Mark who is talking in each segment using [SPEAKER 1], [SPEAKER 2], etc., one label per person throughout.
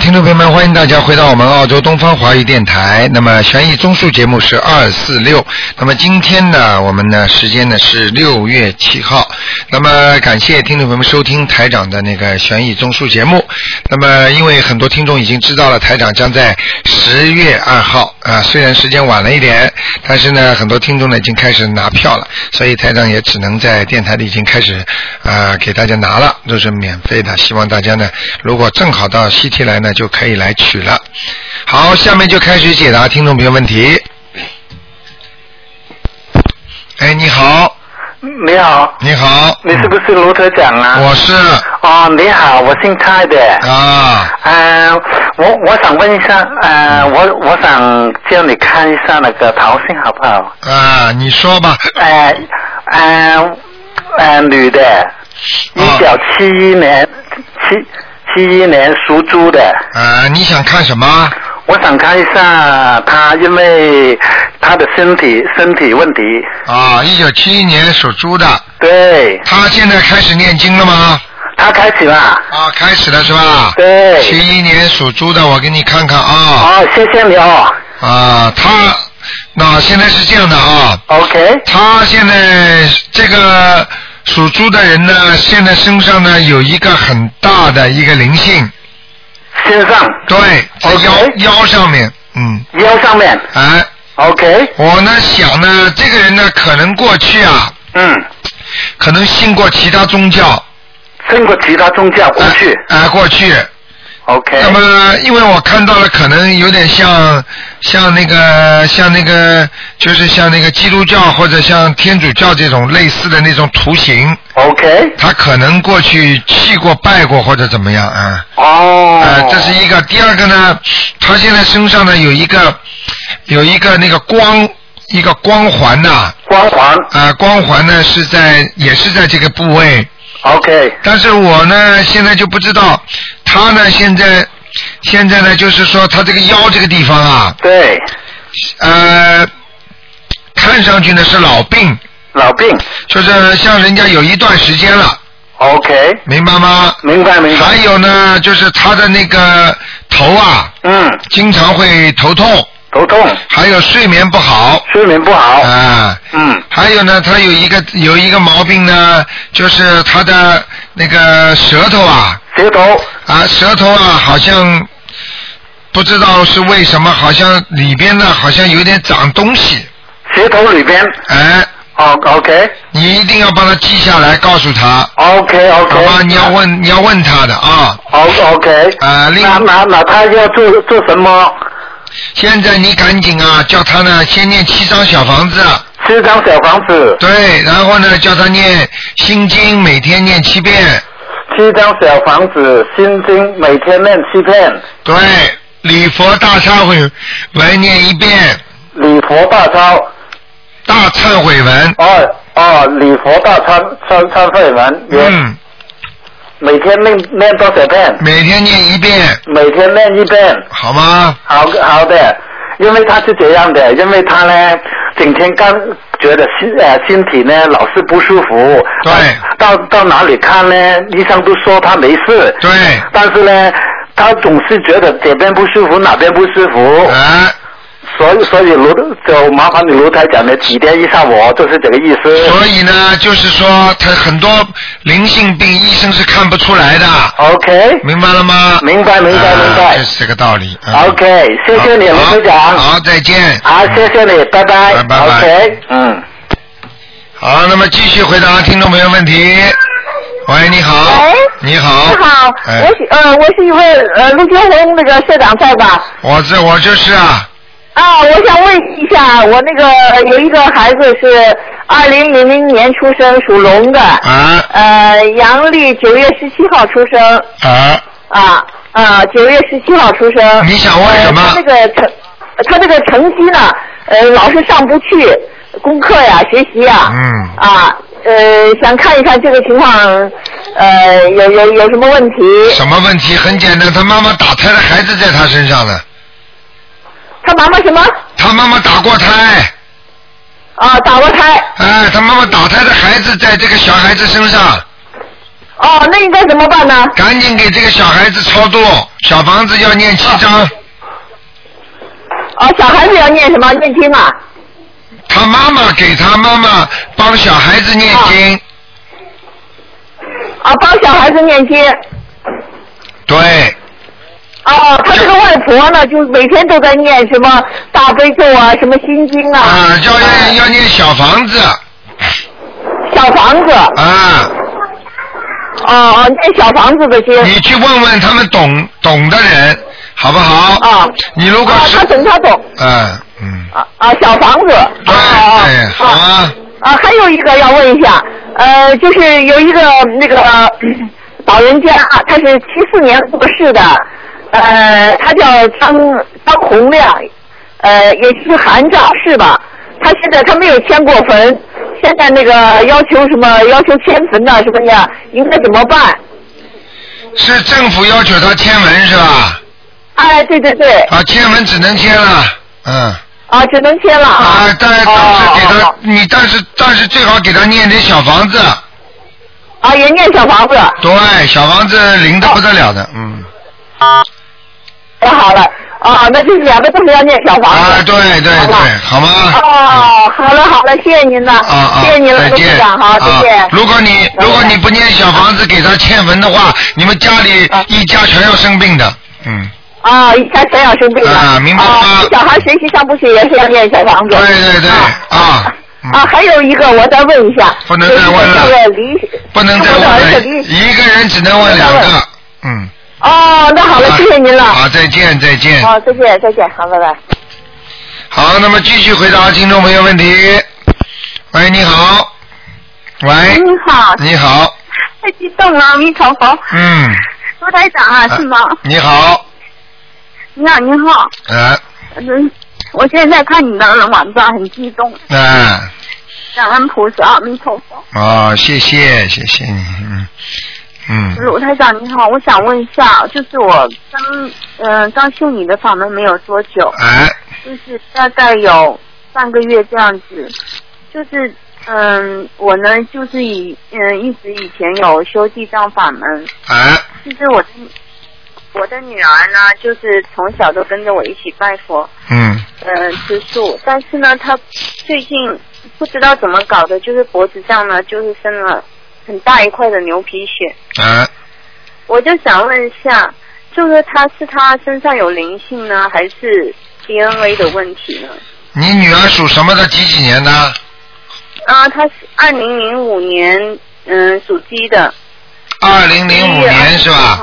[SPEAKER 1] 听众朋友们，欢迎大家回到我们澳洲东方华语电台。那么悬疑综述节目是二四六。那么今天呢，我们呢时间呢是六月七号。那么感谢听众朋友们收听台长的那个悬疑综述节目。那么因为很多听众已经知道了，台长将在十月二号啊，虽然时间晚了一点，但是呢，很多听众呢已经开始拿票了，所以台长也只能在电台里已经开始啊、给大家拿了，都是免费的。希望大家呢，如果正好到西天来呢，就可以来取了。好，下面就开始解答听众朋友问题。哎，你好，
[SPEAKER 2] 你好，
[SPEAKER 1] 你好，
[SPEAKER 2] 你是不是卢台长啊？
[SPEAKER 1] 我是
[SPEAKER 2] 哦，你好，我姓蔡的。
[SPEAKER 1] 啊，
[SPEAKER 2] 嗯、我我想问一下，呃，我我想叫你看一下那个桃心好不好？
[SPEAKER 1] 啊，你说吧，
[SPEAKER 2] 呃呃呃，女的，
[SPEAKER 1] 啊
[SPEAKER 2] 一九七一年七七一年属猪的，
[SPEAKER 1] 啊，你想看什么？
[SPEAKER 2] 我想看一下她，因为她的身体身体问题，
[SPEAKER 1] 啊，一九七一年属猪的，
[SPEAKER 2] 对，
[SPEAKER 1] 他现在开始念经了吗？
[SPEAKER 2] 她开始了，
[SPEAKER 1] 啊，开始了是吧？
[SPEAKER 2] 对，
[SPEAKER 1] 七一年属猪的，我给你看看啊
[SPEAKER 2] 哦，谢谢你哦
[SPEAKER 1] 啊，他那现在是这样的啊，
[SPEAKER 2] ，OK，
[SPEAKER 1] 他现在这个属猪的人呢，现在身上呢有一个很大的一个灵性，
[SPEAKER 2] 先上。
[SPEAKER 1] 对，在腰
[SPEAKER 2] OK
[SPEAKER 1] 腰上面，嗯，
[SPEAKER 2] 腰上面
[SPEAKER 1] 哎，
[SPEAKER 2] ，OK，
[SPEAKER 1] 我呢想呢，这个人呢可能过去啊，
[SPEAKER 2] 嗯，
[SPEAKER 1] 可能信过其他宗教，
[SPEAKER 2] 胜过其他宗教过去
[SPEAKER 1] 哎、哎过去，
[SPEAKER 2] ，OK，
[SPEAKER 1] 那么，因为我看到了，可能有点像像那个像那个，就是像那个基督教或者像天主教这种类似的那种图形，
[SPEAKER 2] ，OK，
[SPEAKER 1] 他可能过去去过拜过或者怎么样啊？
[SPEAKER 2] 哦，
[SPEAKER 1] 呃，这是一个。第二个呢，他现在身上呢有一个有一个那个光一个光环呐、啊，
[SPEAKER 2] 光环
[SPEAKER 1] 光环呢是在也是在这个部位，
[SPEAKER 2] ，OK，
[SPEAKER 1] 但是我呢，现在就不知道他呢，现在现在呢，就是说他这个腰这个地方啊，
[SPEAKER 2] 对，
[SPEAKER 1] 呃，看上去呢是老病，
[SPEAKER 2] 老病
[SPEAKER 1] 就是像人家有一段时间了，
[SPEAKER 2] ，OK，
[SPEAKER 1] 明白吗？
[SPEAKER 2] 明白明
[SPEAKER 1] 还
[SPEAKER 2] 白，
[SPEAKER 1] 有呢，就是他的那个头啊，
[SPEAKER 2] 嗯，
[SPEAKER 1] 经常会头痛，
[SPEAKER 2] 头痛，
[SPEAKER 1] 还有睡眠不好
[SPEAKER 2] 睡眠不
[SPEAKER 1] 啊、
[SPEAKER 2] 好，嗯，
[SPEAKER 1] 还有呢，他有一个有一个毛病呢，就是他的那个舌头啊，
[SPEAKER 2] 舌头
[SPEAKER 1] 啊，舌头啊，好像不知道是为什么，好像里边呢，好像有点长东西。
[SPEAKER 2] 舌头里边，
[SPEAKER 1] 哎，
[SPEAKER 2] 哦，OK，OK
[SPEAKER 1] 你一定要帮他记下来，告诉他，好
[SPEAKER 2] OK，
[SPEAKER 1] 吧？你要问，你要问他的啊。
[SPEAKER 2] ，O 哦 OK，
[SPEAKER 1] 啊另
[SPEAKER 2] 那那那他要做做什么？
[SPEAKER 1] 现在你赶紧啊，叫他呢先念七张小房子，
[SPEAKER 2] 四张小房子，
[SPEAKER 1] 对，然后呢叫他念心经，每天念七遍，
[SPEAKER 2] 七张小房子，心经每天念七遍。
[SPEAKER 1] 对，礼佛大忏悔文念一遍，
[SPEAKER 2] 礼佛大钞，
[SPEAKER 1] 大忏悔文，
[SPEAKER 2] 哦哦，礼佛大餐餐餐费门，也
[SPEAKER 1] 嗯，
[SPEAKER 2] 每天念念多少遍？
[SPEAKER 1] 每天念一遍，
[SPEAKER 2] 每天念一遍，
[SPEAKER 1] 好吗？
[SPEAKER 2] 好好的，因为他是这样的，因为他呢，整天干觉得心呃身体呢老是不舒服，
[SPEAKER 1] 对
[SPEAKER 2] 到到哪里看呢，医生都说他没事，
[SPEAKER 1] 对，
[SPEAKER 2] 但是呢，他总是觉得这边不舒服，哪边不舒服，
[SPEAKER 1] 哎，
[SPEAKER 2] 所以所以卢就麻烦你卢台讲的指点一下我，就是这个意思。
[SPEAKER 1] 所以呢，就是说他很多灵性病医生是看不出来的，
[SPEAKER 2] OK，
[SPEAKER 1] 明白了吗？
[SPEAKER 2] 明白明白
[SPEAKER 1] 啊
[SPEAKER 2] 明白
[SPEAKER 1] 就是这个道理。嗯
[SPEAKER 2] OK，谢谢你，卢
[SPEAKER 1] 好
[SPEAKER 2] 科长。
[SPEAKER 1] 好，再见。嗯
[SPEAKER 2] 好，谢谢你，拜拜。
[SPEAKER 1] 拜拜
[SPEAKER 2] OK，嗯。
[SPEAKER 1] 好，那么继续回答听众朋友问题。喂，你好。
[SPEAKER 3] 喂
[SPEAKER 1] 你好。
[SPEAKER 3] 你好，
[SPEAKER 1] 哎
[SPEAKER 3] 我是呃，我是一位呃陆军红那个社长在吧？
[SPEAKER 1] 我这我就是啊，
[SPEAKER 3] 啊，我想问一下，我那个有一个孩子是二零零零年出生，属龙的，
[SPEAKER 1] 啊
[SPEAKER 3] 呃，阳历九月十七号出生，
[SPEAKER 1] 啊，
[SPEAKER 3] 啊啊，九、月十七号出生。
[SPEAKER 1] 你想问什么
[SPEAKER 3] 呃他这个成，他这个成绩呢，呃，老是上不去，功课呀，学习呀，
[SPEAKER 1] 嗯
[SPEAKER 3] 啊，呃，想看一看这个情况，呃，有有有什么问题？
[SPEAKER 1] 什么问题？很简单，他妈妈打胎的孩子在他身上呢，
[SPEAKER 3] 他妈妈什么？
[SPEAKER 1] 他妈妈打过胎，
[SPEAKER 3] 啊，打过胎。
[SPEAKER 1] 哎，他妈妈打胎的孩子在这个小孩子身上。
[SPEAKER 3] 哦，哦，那应该怎么办呢？
[SPEAKER 1] 赶紧给这个小孩子超度，小房子要念七章，
[SPEAKER 3] 哦，小孩子要念什么？念经啊？
[SPEAKER 1] 他妈妈给他妈妈帮小孩子念经，
[SPEAKER 3] 啊，帮小孩子念经。
[SPEAKER 1] 对，
[SPEAKER 3] 哦，他这个外婆呢，就每天都在念什么大悲咒啊，什么心经啊，
[SPEAKER 1] 啊，要念要念小房子，
[SPEAKER 3] 小房子，
[SPEAKER 1] 啊，
[SPEAKER 3] 哦哦，念小房子的经。
[SPEAKER 1] 你去问问他们懂懂的人，好不好？
[SPEAKER 3] 啊，
[SPEAKER 1] 你如果
[SPEAKER 3] 啊，
[SPEAKER 1] 是
[SPEAKER 3] 他，懂他懂。
[SPEAKER 1] 嗯嗯，
[SPEAKER 3] 啊啊，小房子。啊
[SPEAKER 1] 对
[SPEAKER 3] 啊
[SPEAKER 1] 对，好
[SPEAKER 3] 啊
[SPEAKER 1] 啊，
[SPEAKER 3] 啊，还有一个要问一下，呃，就是有一个那个嗯老人家，啊他是七四年过世的，呃，他叫张张洪亮，呃，也是韩丈是吧？他现在他没有迁过坟，现在那个要求什么要求迁坟呐什么的，应该怎么办？
[SPEAKER 1] 是政府要求他签文是吧？
[SPEAKER 3] 哎，对对对，
[SPEAKER 1] 啊，签文只能签了，嗯。
[SPEAKER 3] 啊，只能迁了
[SPEAKER 1] 啊
[SPEAKER 3] 啊，。
[SPEAKER 1] 但是但是给
[SPEAKER 3] 哦
[SPEAKER 1] 他
[SPEAKER 3] 哦，
[SPEAKER 1] 你但是但是最好给他念点小房子，
[SPEAKER 3] 哦啊，也念小房子。哦
[SPEAKER 1] 对，小房子灵的不得了的，嗯，
[SPEAKER 3] 太好了，啊，那就是两个都是要念小房子。
[SPEAKER 1] 啊，对对对，好吗？
[SPEAKER 3] 哦，好了好了，谢谢您了，
[SPEAKER 1] 啊啊！
[SPEAKER 3] 谢谢您了，
[SPEAKER 1] 再
[SPEAKER 3] 董事
[SPEAKER 1] 见，
[SPEAKER 3] 长，好，再见。嗯
[SPEAKER 1] 啊、如果你如果你不念小房子给他欠坟的话，你们家里
[SPEAKER 3] 啊
[SPEAKER 1] 一家全要生病的，嗯，
[SPEAKER 3] 啊，一家全要生病了。
[SPEAKER 1] 啊明白吗
[SPEAKER 3] 啊小孩学习上不去也是要念小房子。
[SPEAKER 1] 对对对
[SPEAKER 3] 啊，
[SPEAKER 1] 啊，嗯
[SPEAKER 3] 啊，还有一个我再问一下，
[SPEAKER 1] 不能再问了
[SPEAKER 3] 有一个叫做李，
[SPEAKER 1] 不能再
[SPEAKER 3] 我的儿
[SPEAKER 1] 问
[SPEAKER 3] 子
[SPEAKER 1] 了，
[SPEAKER 3] 李。
[SPEAKER 1] 一个人只能问两
[SPEAKER 3] 不能再
[SPEAKER 1] 个，嗯。
[SPEAKER 3] 哦，那好了，谢谢您了。
[SPEAKER 1] 好，再见，再见。
[SPEAKER 3] 好，再见，再见，好，拜拜。
[SPEAKER 1] 好，那么继续回答听众朋友问题。喂，你好。喂，
[SPEAKER 4] 哎你好，
[SPEAKER 1] 哎
[SPEAKER 4] 哎
[SPEAKER 1] 你好。
[SPEAKER 4] 太激动了，阿弥陀佛，
[SPEAKER 1] 嗯。
[SPEAKER 4] 卢台长啊，是吗？
[SPEAKER 1] 啊你好。
[SPEAKER 4] 你好，你好，
[SPEAKER 1] 啊
[SPEAKER 4] 嗯，我现在看你的网站很激动，
[SPEAKER 1] 啊
[SPEAKER 4] 感恩菩萨，阿弥陀佛。
[SPEAKER 1] 哦，谢谢，谢谢你，嗯嗯。
[SPEAKER 4] 卢台长你好，我想问一下，就是我刚嗯刚信你的法门没有多久，
[SPEAKER 1] 哎，
[SPEAKER 4] 就是大概有半个月这样子，就是。嗯，我呢，就是以嗯一直以前有修地藏法门，
[SPEAKER 1] 哎，
[SPEAKER 4] 就是我的我的女儿呢，就是从小都跟着我一起拜佛，
[SPEAKER 1] 嗯，
[SPEAKER 4] 嗯，吃素，但是呢，他最近不知道怎么搞的，就是脖子上呢，就是生了很大一块的牛皮癣。
[SPEAKER 1] 哎，
[SPEAKER 4] 我就想问一下，就是他是他身上有灵性呢，还是 DNA 的问题呢？
[SPEAKER 1] 你女儿属什么的？几几年的？
[SPEAKER 4] 啊，他是二零零五年，嗯，属鸡的。
[SPEAKER 1] 二
[SPEAKER 4] 啊
[SPEAKER 1] 零零五年是吧？？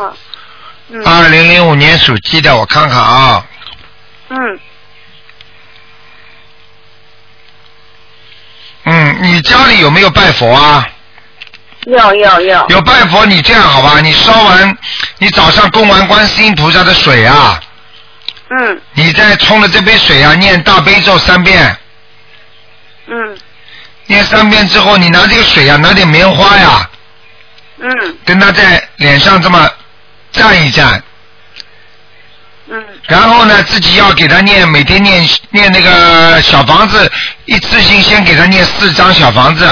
[SPEAKER 4] 嗯
[SPEAKER 1] 二零零五年属鸡的，我看看啊，
[SPEAKER 4] 嗯，
[SPEAKER 1] 嗯，你家里有没有拜佛啊？
[SPEAKER 4] 有有有，
[SPEAKER 1] 有拜佛，你这样好吧？你烧完，你早上供完观世音菩萨的水啊，
[SPEAKER 4] 嗯
[SPEAKER 1] 你再冲着这杯水啊念大悲咒三遍，
[SPEAKER 4] 嗯
[SPEAKER 1] 念三遍之后，你拿这个水啊，拿点棉花呀、
[SPEAKER 4] 嗯
[SPEAKER 1] 跟他在脸上这么蘸一蘸，
[SPEAKER 4] 嗯
[SPEAKER 1] 然后呢，自己要给他念，每天念念那个小房子，一次性先给他念四张小房子，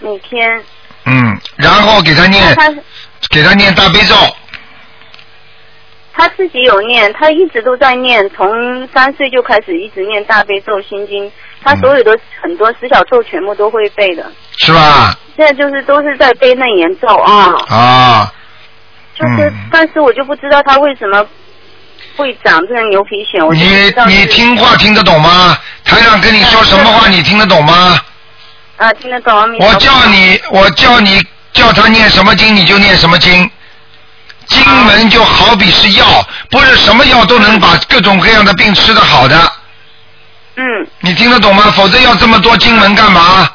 [SPEAKER 4] 每天。
[SPEAKER 1] 嗯，然后给他
[SPEAKER 4] 那
[SPEAKER 1] 念
[SPEAKER 4] 他
[SPEAKER 1] 给他念大悲咒，
[SPEAKER 4] 他自己有念，他一直都在念，从三岁就开始一直念大悲咒、心经，他
[SPEAKER 1] 嗯
[SPEAKER 4] 所有的很多十小咒全部都会背的。
[SPEAKER 1] 是吧？
[SPEAKER 4] 现在就是都是在背内言咒啊，
[SPEAKER 1] 啊，
[SPEAKER 4] 就是，
[SPEAKER 1] 嗯
[SPEAKER 4] 但是我就不知道他为什么会长这个牛皮癣，我就不
[SPEAKER 1] 你
[SPEAKER 4] 知道是
[SPEAKER 1] 你听话听得懂吗？台长跟你说什么话你听得懂吗？
[SPEAKER 4] 啊听得懂吗？
[SPEAKER 1] 我叫你，我叫你叫他念什么经你就念什么经，经文就好比是药，不是什么药都能把各种各样的病吃得好的。
[SPEAKER 4] 嗯
[SPEAKER 1] 你听得懂吗？否则要这么多经文干嘛？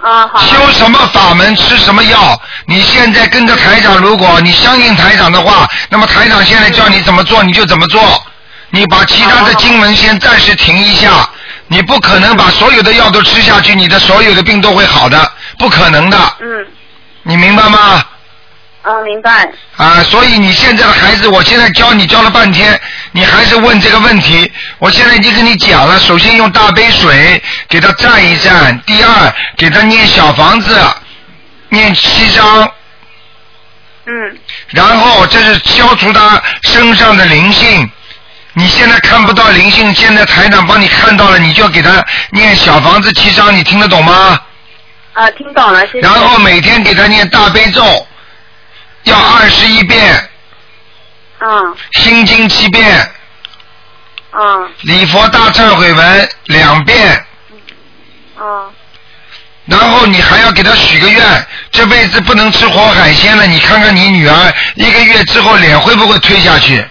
[SPEAKER 4] 啊好
[SPEAKER 1] 修什么法门，吃什么药？你现在跟着台长，如果你相信台长的话，那么台长现在叫你怎么做，你就怎么做。你把其他的经文先暂时停一下，你不可能把所有的药都吃下去，你的所有的病都会好的，不可能的，
[SPEAKER 4] 嗯
[SPEAKER 1] 你明白吗？
[SPEAKER 4] 啊明白
[SPEAKER 1] 啊，所以你现在的孩子，我现在教你教了半天，你还是问这个问题。我现在已经跟你讲了，首先用大杯水给他蘸一蘸，第二给他念小房子，念七章，
[SPEAKER 4] 嗯，
[SPEAKER 1] 然后这是消除他身上的灵性。你现在看不到灵性，现在台长帮你看到了，你就给他念小房子七章，你听得懂吗？
[SPEAKER 4] 啊，听懂了，谢谢。
[SPEAKER 1] 然后每天给他念大悲咒，要二十一遍，
[SPEAKER 4] 嗯
[SPEAKER 1] 心经七遍，
[SPEAKER 4] 嗯
[SPEAKER 1] 礼佛大忏悔文两遍，
[SPEAKER 4] 嗯，
[SPEAKER 1] 然后你还要给他许个愿，这辈子不能吃活海鲜了。你看看你女儿一个月之后脸会不会推下去？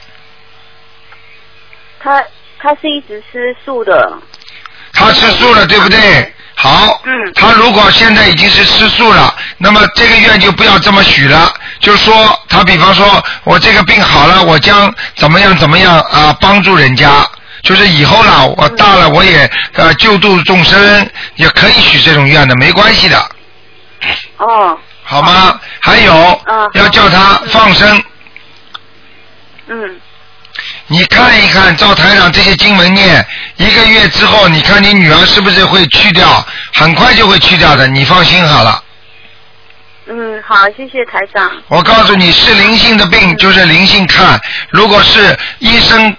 [SPEAKER 4] 他他是一直吃素的，
[SPEAKER 1] 她吃素了，对不对？好，
[SPEAKER 4] 嗯
[SPEAKER 1] 她如果现在已经是吃素了，那么这个愿就不要这么许了。就说她比方说，我这个病好了，我将怎么样怎么样啊，帮助人家。就是以后啦，我大了，我也呃救度众生，也可以许这种愿的，没关系的，啊
[SPEAKER 4] 哦，
[SPEAKER 1] 好吗？还有
[SPEAKER 4] 嗯，
[SPEAKER 1] 要叫她放生，
[SPEAKER 4] 嗯
[SPEAKER 1] 你看一看，照台长这些经文念，一个月之后，你看你女儿是不是会去掉？很快就会去掉的，你放心好了。
[SPEAKER 4] 嗯，好，谢谢台长。
[SPEAKER 1] 我告诉你，是灵性的
[SPEAKER 4] 嗯
[SPEAKER 1] 病就是灵性看，如果是医生，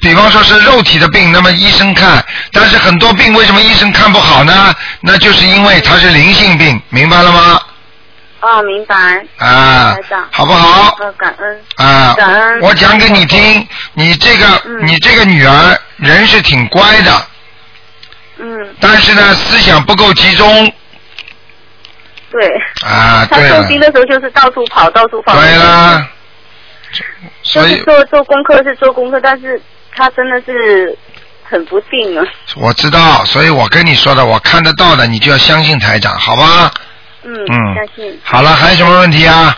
[SPEAKER 1] 比方说是肉体的病，那么医生看。但是很多病为什么医生看不好呢？那就是因为它是灵性病，明白了吗？
[SPEAKER 4] 哦，明白。
[SPEAKER 1] 啊
[SPEAKER 4] 台长，
[SPEAKER 1] 好不好？
[SPEAKER 4] 呃，感恩。
[SPEAKER 1] 啊
[SPEAKER 4] 感恩，
[SPEAKER 1] 我讲给你听，你这个
[SPEAKER 4] 嗯
[SPEAKER 1] 你这个女儿人是挺乖的，
[SPEAKER 4] 嗯，
[SPEAKER 1] 但是呢思想不够集中
[SPEAKER 4] 对。
[SPEAKER 1] 啊，
[SPEAKER 4] 他
[SPEAKER 1] 对
[SPEAKER 4] 受
[SPEAKER 1] 了，
[SPEAKER 4] 惊的时候就是到处跑，到处跑。
[SPEAKER 1] 对啦，
[SPEAKER 4] 就
[SPEAKER 1] 所以
[SPEAKER 4] 是做做功课是做功课，但是他真的是很不幸啊。
[SPEAKER 1] 我知道，所以我跟你说的，我看得到的，你就要相信台长，好吧？
[SPEAKER 4] 嗯，
[SPEAKER 1] 嗯
[SPEAKER 4] 相信。
[SPEAKER 1] 好了，还有什么问题啊？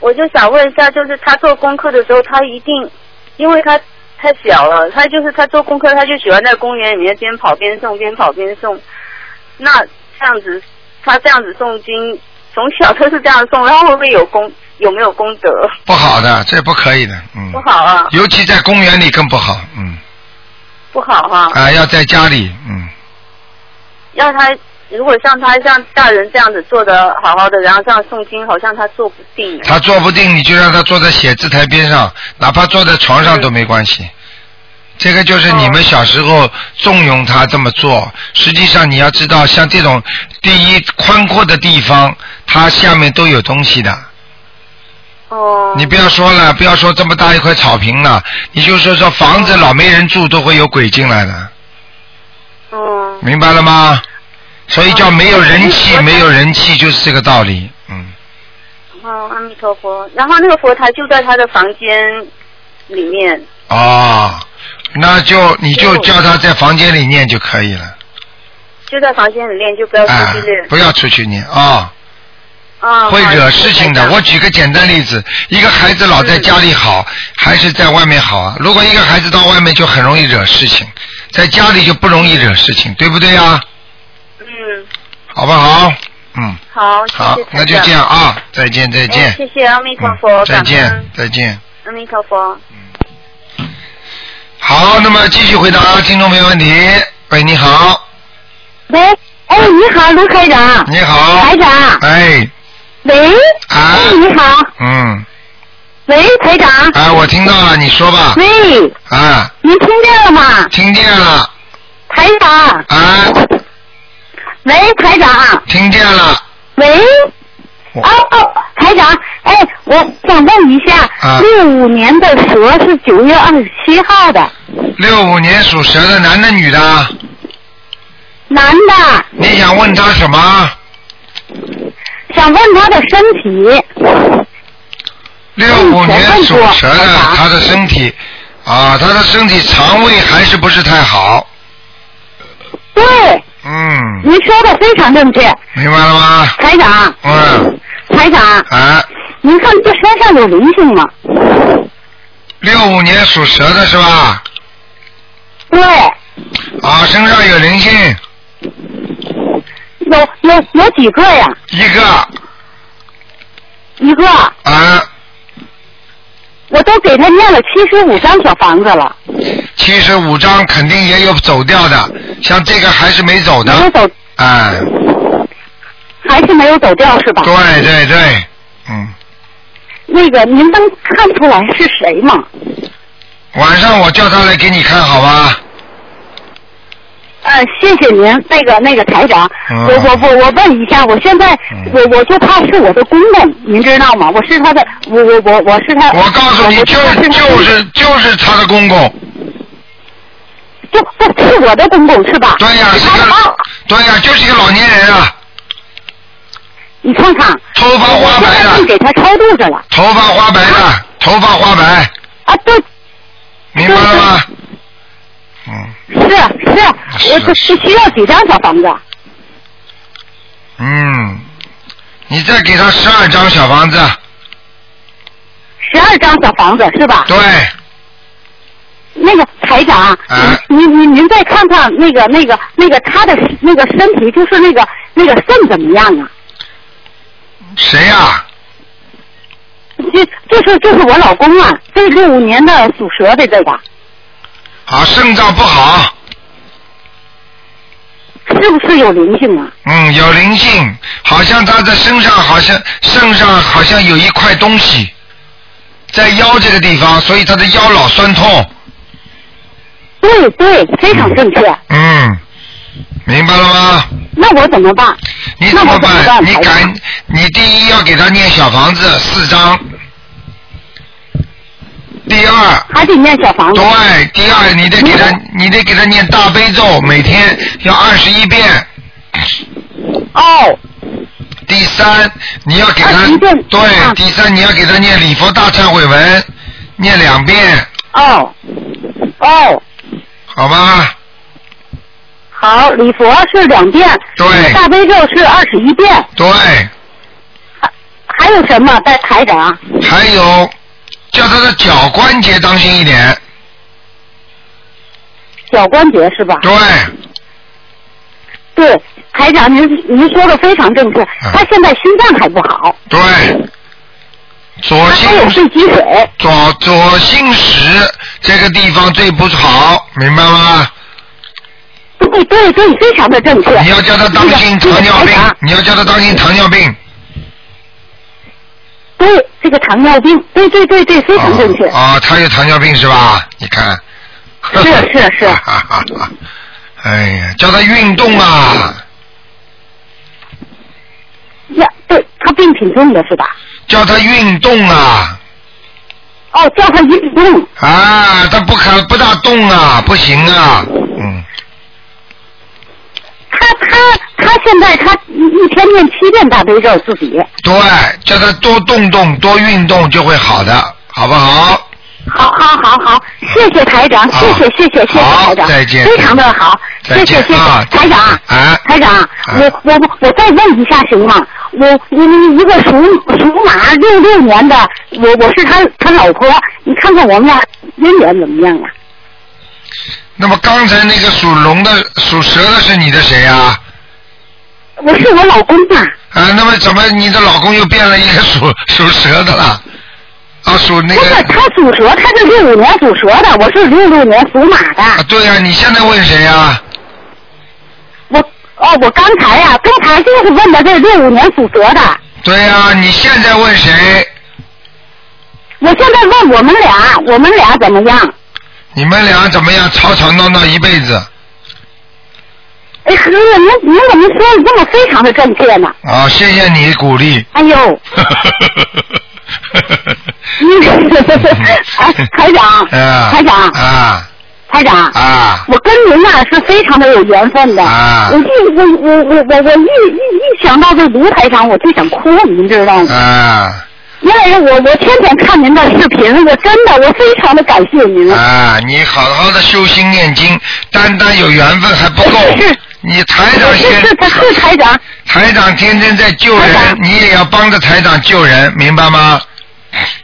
[SPEAKER 4] 我就想问一下，就是他做功课的时候，他一定，因为他太小了，他就是他做功课，他就喜欢在公园里面边跑边送，边跑边送。那这样子，他这样子诵经，从小都是这样送，然后会不会有功有没有功德？
[SPEAKER 1] 不好的，这不可以的，嗯
[SPEAKER 4] 不，好啊，
[SPEAKER 1] 尤其在公园里更不好，嗯，
[SPEAKER 4] 不好啊。
[SPEAKER 1] 啊，要在家里，嗯，
[SPEAKER 4] 要他如果像他像大人这样子做的好好的，然后这样诵经，好像他做不定哎。
[SPEAKER 1] 他坐不定，你就让他坐在写字台边上，哪怕坐在床上都没关系。这个就是你们小时候纵容他这么做，实际上你要知道，像这种第一宽阔的地方，它下面都有东西的，
[SPEAKER 4] 哦，
[SPEAKER 1] 你不要说了，不要说这么大一块草坪了，你就说说房子老没人住都会有鬼进来的，
[SPEAKER 4] 嗯
[SPEAKER 1] 明白了吗？所以叫没有人气，
[SPEAKER 4] 嗯
[SPEAKER 1] 没有人气就是这个道理。嗯，
[SPEAKER 4] 哦，阿弥陀佛。然后那个佛台就在他的房间里面。
[SPEAKER 1] 哦，那就你就叫他在房间里念就可以了，
[SPEAKER 4] 就在房间里练，就不要出
[SPEAKER 1] 啊
[SPEAKER 4] 去练，。
[SPEAKER 1] 不要出去念啊。
[SPEAKER 4] 啊，
[SPEAKER 1] 会惹事情的。
[SPEAKER 4] 好
[SPEAKER 1] 我举个简单例子，一个孩子老在家里好，还是在外面好啊？如果一个孩子到外面就很容易惹事情，在家里就不容易惹事情，对不对啊？
[SPEAKER 4] 嗯，
[SPEAKER 1] 好不好？嗯，
[SPEAKER 4] 好，谢谢
[SPEAKER 1] 好，
[SPEAKER 4] 台
[SPEAKER 1] 那就
[SPEAKER 4] 长
[SPEAKER 1] 这。样啊，再见，再
[SPEAKER 4] 哎
[SPEAKER 1] 见，
[SPEAKER 4] 谢谢阿弥陀
[SPEAKER 1] 嗯
[SPEAKER 4] 佛，
[SPEAKER 1] 再
[SPEAKER 4] 感
[SPEAKER 1] 见
[SPEAKER 4] 恩，
[SPEAKER 1] 再见。
[SPEAKER 4] 阿弥陀佛。
[SPEAKER 1] 好，那么继续回答听众朋友问题。喂，你好，
[SPEAKER 3] 喂，哎，你好，卢科长，
[SPEAKER 1] 你好
[SPEAKER 3] 台，长，
[SPEAKER 1] 哎，
[SPEAKER 3] 喂，
[SPEAKER 1] 啊
[SPEAKER 3] 哎，你好，
[SPEAKER 1] 嗯，
[SPEAKER 3] 喂，台长，
[SPEAKER 1] 哎，我听到了，你说吧，
[SPEAKER 3] 喂，
[SPEAKER 1] 啊，
[SPEAKER 3] 您听见了吗？
[SPEAKER 1] 听见了，
[SPEAKER 3] 台长，
[SPEAKER 1] 啊，
[SPEAKER 3] 喂，台长，
[SPEAKER 1] 听见了，
[SPEAKER 3] 喂，
[SPEAKER 1] 我
[SPEAKER 3] 哦，台长，哎，我想问一
[SPEAKER 1] 啊
[SPEAKER 3] 下，六五年的蛇是九月二十七号的，
[SPEAKER 1] 六五年属蛇的男的女的，
[SPEAKER 3] 男的，
[SPEAKER 1] 你想问他什么？
[SPEAKER 3] 想问他的身体，
[SPEAKER 1] 六五年属蛇
[SPEAKER 3] 嗯
[SPEAKER 1] 的，他的身体啊，他的身体肠胃还是不是太好，
[SPEAKER 3] 对，
[SPEAKER 1] 嗯，
[SPEAKER 3] 您说的非常正确，
[SPEAKER 1] 明白了吗？
[SPEAKER 3] 台长，
[SPEAKER 1] 嗯，
[SPEAKER 3] 台长，
[SPEAKER 1] 啊，
[SPEAKER 3] 您看这身上有灵性吗？
[SPEAKER 1] 六五年属蛇的是吧？
[SPEAKER 3] 对，
[SPEAKER 1] 啊，身上有灵性，
[SPEAKER 3] 有有有几个呀？
[SPEAKER 1] 一个
[SPEAKER 3] 一个，
[SPEAKER 1] 啊，
[SPEAKER 3] 我都给他念了七十五张小房子了，
[SPEAKER 1] 七十五张肯定也有走掉的，像这个还是没走哎
[SPEAKER 3] 没有
[SPEAKER 1] 的，
[SPEAKER 3] 走，
[SPEAKER 1] 啊，
[SPEAKER 3] 还是没
[SPEAKER 5] 没有走掉是吧？
[SPEAKER 1] 对对对，嗯，
[SPEAKER 5] 那个您能看出来是谁吗？
[SPEAKER 1] 晚上我叫他来给你看好吗？
[SPEAKER 5] 呃，谢谢您，那个那个台长，
[SPEAKER 1] 嗯
[SPEAKER 5] 我我我我问一下，我现在
[SPEAKER 1] 嗯
[SPEAKER 5] 我我就怕是我的公公，您知道吗？我是他的，我我我我是他，
[SPEAKER 1] 我告诉你，
[SPEAKER 5] 我
[SPEAKER 1] 就
[SPEAKER 5] 我他
[SPEAKER 1] 就
[SPEAKER 5] 公
[SPEAKER 1] 是就是他的公公，
[SPEAKER 5] 就不是我的公公是吧？
[SPEAKER 1] 对呀、
[SPEAKER 5] 你
[SPEAKER 1] 是
[SPEAKER 5] 看
[SPEAKER 1] 个
[SPEAKER 5] 啊，
[SPEAKER 1] 对呀、就是一个老年人啊，
[SPEAKER 5] 你看看，
[SPEAKER 1] 头发花
[SPEAKER 5] 我
[SPEAKER 1] 白
[SPEAKER 5] 现在就
[SPEAKER 1] 的，
[SPEAKER 5] 给他超度着了
[SPEAKER 1] 头发花白的，头发花白，
[SPEAKER 5] 啊，对，
[SPEAKER 1] 明白了吗？嗯，
[SPEAKER 5] 是啊是，我
[SPEAKER 1] 是啊
[SPEAKER 5] 这这需要几张小房子？啊
[SPEAKER 1] 嗯，你再给他十二张小房子，
[SPEAKER 5] 十二张小房子是吧？
[SPEAKER 1] 对，
[SPEAKER 5] 那个台长，
[SPEAKER 1] 啊
[SPEAKER 5] 您您您再看看那个那个那个他的那个身体，就是那个那个肾怎么样啊？
[SPEAKER 1] 谁啊呀、
[SPEAKER 5] 就就是就是我老公啊，这六五年的属蛇的这个，
[SPEAKER 1] 啊，肾脏不好，
[SPEAKER 5] 是不是有灵性啊？
[SPEAKER 1] 嗯，有灵性，好像他的身上好像肾上好像有一块东西，在腰这个地方，所以他的腰老酸痛。
[SPEAKER 5] 对对，非常正确。
[SPEAKER 1] 嗯，明白了吗？
[SPEAKER 5] 那我怎么办？
[SPEAKER 1] 你怎么办？
[SPEAKER 5] 那我怎么办
[SPEAKER 1] 你
[SPEAKER 5] 台
[SPEAKER 1] 赶
[SPEAKER 5] 长，
[SPEAKER 1] 你第一要给他念小房子四张，第二，
[SPEAKER 5] 还得念小房子。嗯
[SPEAKER 1] 对，第二你得给他，你得给他念大悲咒，每天要二十一遍。
[SPEAKER 5] 哦，
[SPEAKER 1] 第三，你要给他
[SPEAKER 5] 啊一遍
[SPEAKER 1] 对，
[SPEAKER 5] 啊
[SPEAKER 1] 第三你要给他念礼佛大忏悔文，念两遍，
[SPEAKER 5] 哦，哦，
[SPEAKER 1] 好吗？
[SPEAKER 5] 好，礼佛是两遍，
[SPEAKER 1] 对
[SPEAKER 5] 大悲咒是二十一遍，
[SPEAKER 1] 对，
[SPEAKER 5] 还还有什么？在台长，
[SPEAKER 1] 还有叫他的脚关节当心一点，
[SPEAKER 5] 脚关节是吧？
[SPEAKER 1] 对，
[SPEAKER 5] 对，台长您您说的非常正确，他现在心脏还不好，
[SPEAKER 1] 嗯对，左
[SPEAKER 5] 他
[SPEAKER 1] 心
[SPEAKER 5] 还有肺积水。
[SPEAKER 1] 左左心室这个地方最不好，明白吗？
[SPEAKER 5] 对对对，非常的正确。
[SPEAKER 1] 你要叫他当心
[SPEAKER 5] 这个
[SPEAKER 1] 糖尿
[SPEAKER 5] 这个
[SPEAKER 1] 病
[SPEAKER 5] 台长，
[SPEAKER 1] 你要叫他当心糖尿病。
[SPEAKER 5] 对，这个糖尿病，对对对对，非常正确。
[SPEAKER 1] 啊，啊他有糖尿病是吧？你看。
[SPEAKER 5] 是是 是
[SPEAKER 1] 哎呀，叫他运动啊，
[SPEAKER 5] 呀，对他病挺重的是吧？
[SPEAKER 1] 叫他运动啊，
[SPEAKER 5] 哦，叫他运动。
[SPEAKER 1] 啊，他不可不大动啊，不行啊，嗯，
[SPEAKER 5] 他他他现在他一一天念七遍大悲咒自己。
[SPEAKER 1] 对，叫他多动动，多运动就会好的，好不好？
[SPEAKER 5] 好好好好，谢谢台长，
[SPEAKER 1] 好
[SPEAKER 5] 谢谢谢谢谢谢
[SPEAKER 1] 好
[SPEAKER 5] 台长，
[SPEAKER 1] 再见
[SPEAKER 5] 非常的好，谢
[SPEAKER 1] 再
[SPEAKER 5] 谢
[SPEAKER 1] 见
[SPEAKER 5] 谢谢
[SPEAKER 1] 啊
[SPEAKER 5] 台长
[SPEAKER 1] 啊
[SPEAKER 5] 台长，我我我再问一下行吗？我我一个属属马六六年的，我我是他他老婆，你看看我们俩姻缘怎么样啊？
[SPEAKER 1] 那么刚才那个属龙的、属蛇的是你的谁呀、啊？
[SPEAKER 5] 我是我老公啊，
[SPEAKER 1] 那么怎么你的老公又变了一个属 属蛇的了？啊，属那
[SPEAKER 5] 不
[SPEAKER 1] 个
[SPEAKER 5] 是他属蛇，他是六五年属蛇的，我是六六年属马
[SPEAKER 1] 啊，
[SPEAKER 5] 的。
[SPEAKER 1] 对呀、你现在问谁啊呀、
[SPEAKER 5] 我哦，我刚才呀、刚才就是问的这六五年属蛇的，
[SPEAKER 1] 对啊呀、你现在问谁？
[SPEAKER 5] 我现在问我们俩，我们俩怎么样？
[SPEAKER 1] 你们俩怎么样吵吵闹闹一辈子
[SPEAKER 5] 哎，哥，您您怎么说的这么非常的正确呢？
[SPEAKER 1] 啊？谢谢你鼓励。
[SPEAKER 5] 哎 呦，嗯哎，台长，
[SPEAKER 1] 啊
[SPEAKER 5] 台长，
[SPEAKER 1] 啊
[SPEAKER 5] 台长，
[SPEAKER 1] 啊！
[SPEAKER 5] 我跟您呐、是非常的有缘分的。
[SPEAKER 1] 啊
[SPEAKER 5] 我一我我我我我一一一想到这卢台长，我就想哭，您知道吗？
[SPEAKER 1] 啊
[SPEAKER 5] 因为我我天天看您的视频，我真的我非常的感谢您。
[SPEAKER 1] 啊！你好好的修心念经，单单有缘分还不够
[SPEAKER 5] 是。
[SPEAKER 1] 你台
[SPEAKER 5] 我
[SPEAKER 1] 长
[SPEAKER 5] 是
[SPEAKER 1] 先
[SPEAKER 5] 是，他是台长，
[SPEAKER 1] 台长天天在救
[SPEAKER 5] 台，
[SPEAKER 1] 人
[SPEAKER 5] 长
[SPEAKER 1] 你也要帮着台长救人，明白吗？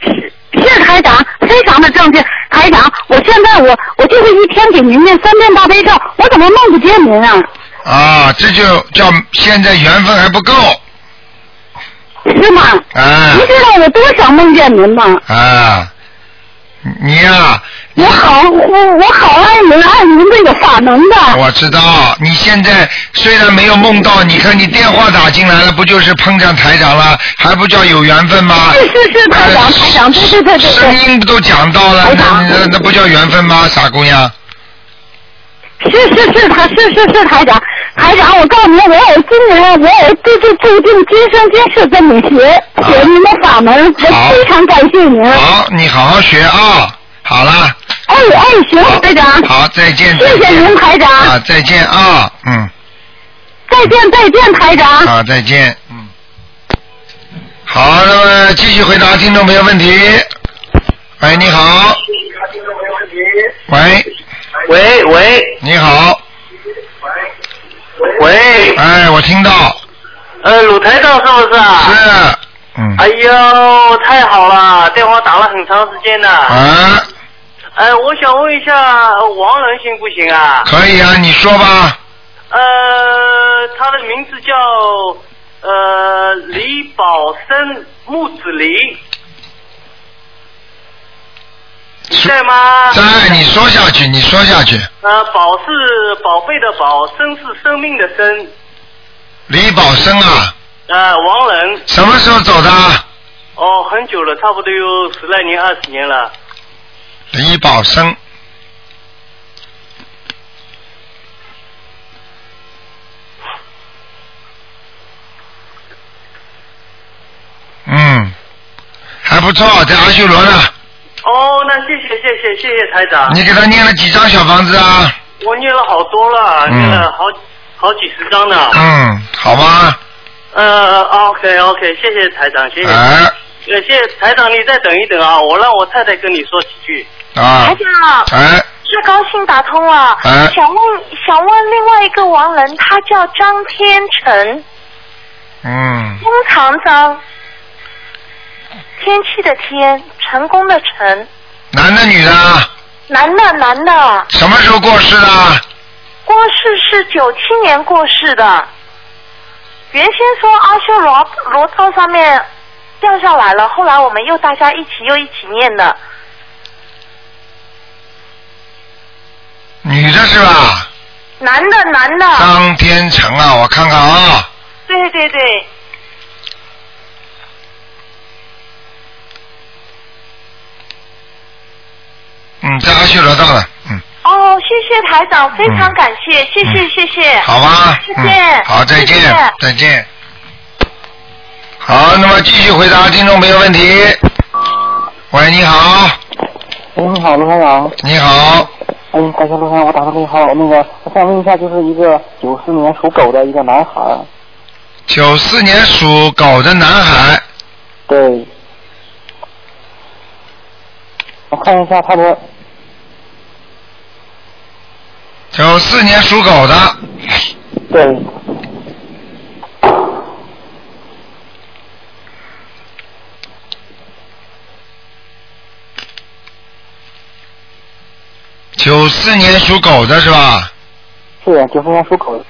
[SPEAKER 5] 是台长，非常的正确。台长，我现在我我就是一天给您念三遍大悲咒，我怎么梦不见您啊？
[SPEAKER 1] 啊，这就叫现在缘分还不够
[SPEAKER 5] 是吗？
[SPEAKER 1] 啊
[SPEAKER 5] 您知道我多想梦见您吗？
[SPEAKER 1] 啊！你呀、
[SPEAKER 5] 我好我我好爱您，爱您这个法门的。
[SPEAKER 1] 我知道你现在虽然没有梦到，你看你电话打进来了，不就是碰上台长了，还不叫有缘分吗？
[SPEAKER 5] 是是是，台长台长，对对对对
[SPEAKER 1] 声
[SPEAKER 5] 对，
[SPEAKER 1] 音都讲到了，
[SPEAKER 5] 台
[SPEAKER 1] 那
[SPEAKER 5] 长
[SPEAKER 1] 那那不叫缘分吗？傻姑娘，哦
[SPEAKER 5] 是是是，他是是是台长台长，我告诉您，我有今年我有这这注定今生今世跟你学学您的法门，
[SPEAKER 1] 啊好
[SPEAKER 5] 我非常感谢您。
[SPEAKER 1] 好，你好好学啊、好了，
[SPEAKER 5] 哎哎，行，台长，
[SPEAKER 1] 好，再见，
[SPEAKER 5] 谢
[SPEAKER 1] 再
[SPEAKER 5] 谢
[SPEAKER 1] 见
[SPEAKER 5] 您，台长，
[SPEAKER 1] 啊，再见啊、嗯，
[SPEAKER 5] 再见再见，台长。
[SPEAKER 1] 好，再见，嗯。好，那么继续回答听众朋友问题。喂，你好。喂，
[SPEAKER 6] 喂喂
[SPEAKER 1] 你好，
[SPEAKER 6] 喂，
[SPEAKER 1] 哎，我听到，
[SPEAKER 6] 呃，鲁台长是不是啊？
[SPEAKER 1] 是。，嗯，
[SPEAKER 6] 哎呦，太好了，电话打了很长时间了。
[SPEAKER 1] 啊，
[SPEAKER 6] 呃，我想问一下，呃王仁行不行啊？
[SPEAKER 1] 可以啊，你说吧，
[SPEAKER 6] 呃，他的名字叫呃李宝生，木子李。你在吗？
[SPEAKER 1] 在，你说下去，你说下去。
[SPEAKER 6] 呃，宝是宝贝的宝，生是生命的生。
[SPEAKER 1] 李宝生啊，
[SPEAKER 6] 呃，王仁，
[SPEAKER 1] 什么时候走的？啊
[SPEAKER 6] 哦，很久了，差不多有十来年、二十年了。
[SPEAKER 1] 李宝生，嗯，还不错，在阿修罗呢。
[SPEAKER 6] 哦，那谢谢谢谢谢谢台长，
[SPEAKER 1] 你给他念了几张小房子啊？
[SPEAKER 6] 我念了好多了，
[SPEAKER 1] 嗯
[SPEAKER 6] 念了好好几十张呢。
[SPEAKER 1] 嗯，好吗？
[SPEAKER 6] 呃，OK OK，谢谢台长，谢谢，呃，
[SPEAKER 1] 哎，
[SPEAKER 6] 谢谢台长，你再等一等啊，我让我太太跟你说几句。
[SPEAKER 1] 啊
[SPEAKER 7] 台，长，
[SPEAKER 1] 哎，
[SPEAKER 7] 是高兴打通了。
[SPEAKER 1] 哎
[SPEAKER 7] 想问想问另外一个王人，他叫张天成，
[SPEAKER 3] 哎
[SPEAKER 1] 嗯，
[SPEAKER 7] 弓长张，天气的天，成功的成，
[SPEAKER 1] 男的女的啊？
[SPEAKER 7] 男的男的，
[SPEAKER 1] 什么时候过世的啊？
[SPEAKER 7] 过世是九七年过世的。原先说阿修罗罗座上面掉下来了，后来我们又大家一起又一起念的，
[SPEAKER 1] 女的是吧？
[SPEAKER 7] 男的男的，
[SPEAKER 1] 张天成啊，我看看啊。
[SPEAKER 7] 对对对，
[SPEAKER 1] 嗯，在阿修罗道了，嗯，
[SPEAKER 7] 哦，谢谢台长，非常
[SPEAKER 1] 嗯
[SPEAKER 7] 感谢，谢谢
[SPEAKER 1] 嗯
[SPEAKER 7] 谢谢。
[SPEAKER 1] 好吧，
[SPEAKER 7] 再见
[SPEAKER 1] 嗯，好，再见
[SPEAKER 7] 谢谢，
[SPEAKER 1] 再见。好，那么继续回答听众朋友问题。喂，你好，
[SPEAKER 8] 喂，你好，卢台长。
[SPEAKER 1] 你好，
[SPEAKER 8] 哎，感谢卢台长，我打通电话。那个，我想问一下，就是一个九四年属狗的一个男孩儿，
[SPEAKER 1] 九四年属狗的男孩，
[SPEAKER 8] 对。我看一下他的，
[SPEAKER 1] 九四年属狗的，
[SPEAKER 8] 对，
[SPEAKER 1] 九四年属狗的是吧？
[SPEAKER 8] 是九四年属狗的。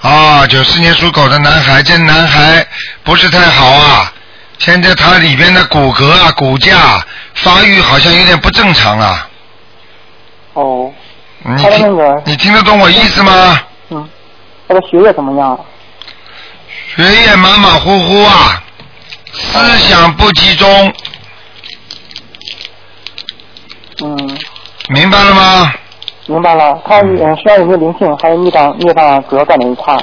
[SPEAKER 1] 啊、九四年属狗的男孩，这男孩不是太好啊。现在他里边的骨骼啊、骨架发育好像有点不正常啊。嗯
[SPEAKER 8] 哦，
[SPEAKER 1] 你
[SPEAKER 8] 他的那
[SPEAKER 1] 听
[SPEAKER 8] 个，
[SPEAKER 1] 你听得懂我意思吗？
[SPEAKER 8] 嗯，他的学业怎么样？嗯
[SPEAKER 1] 学业马马虎虎啊，思想不集中，
[SPEAKER 8] 嗯，
[SPEAKER 1] 明白了吗？
[SPEAKER 8] 明白了。他嗯，身上有没有灵性？还有孽障，孽障主要在哪一块？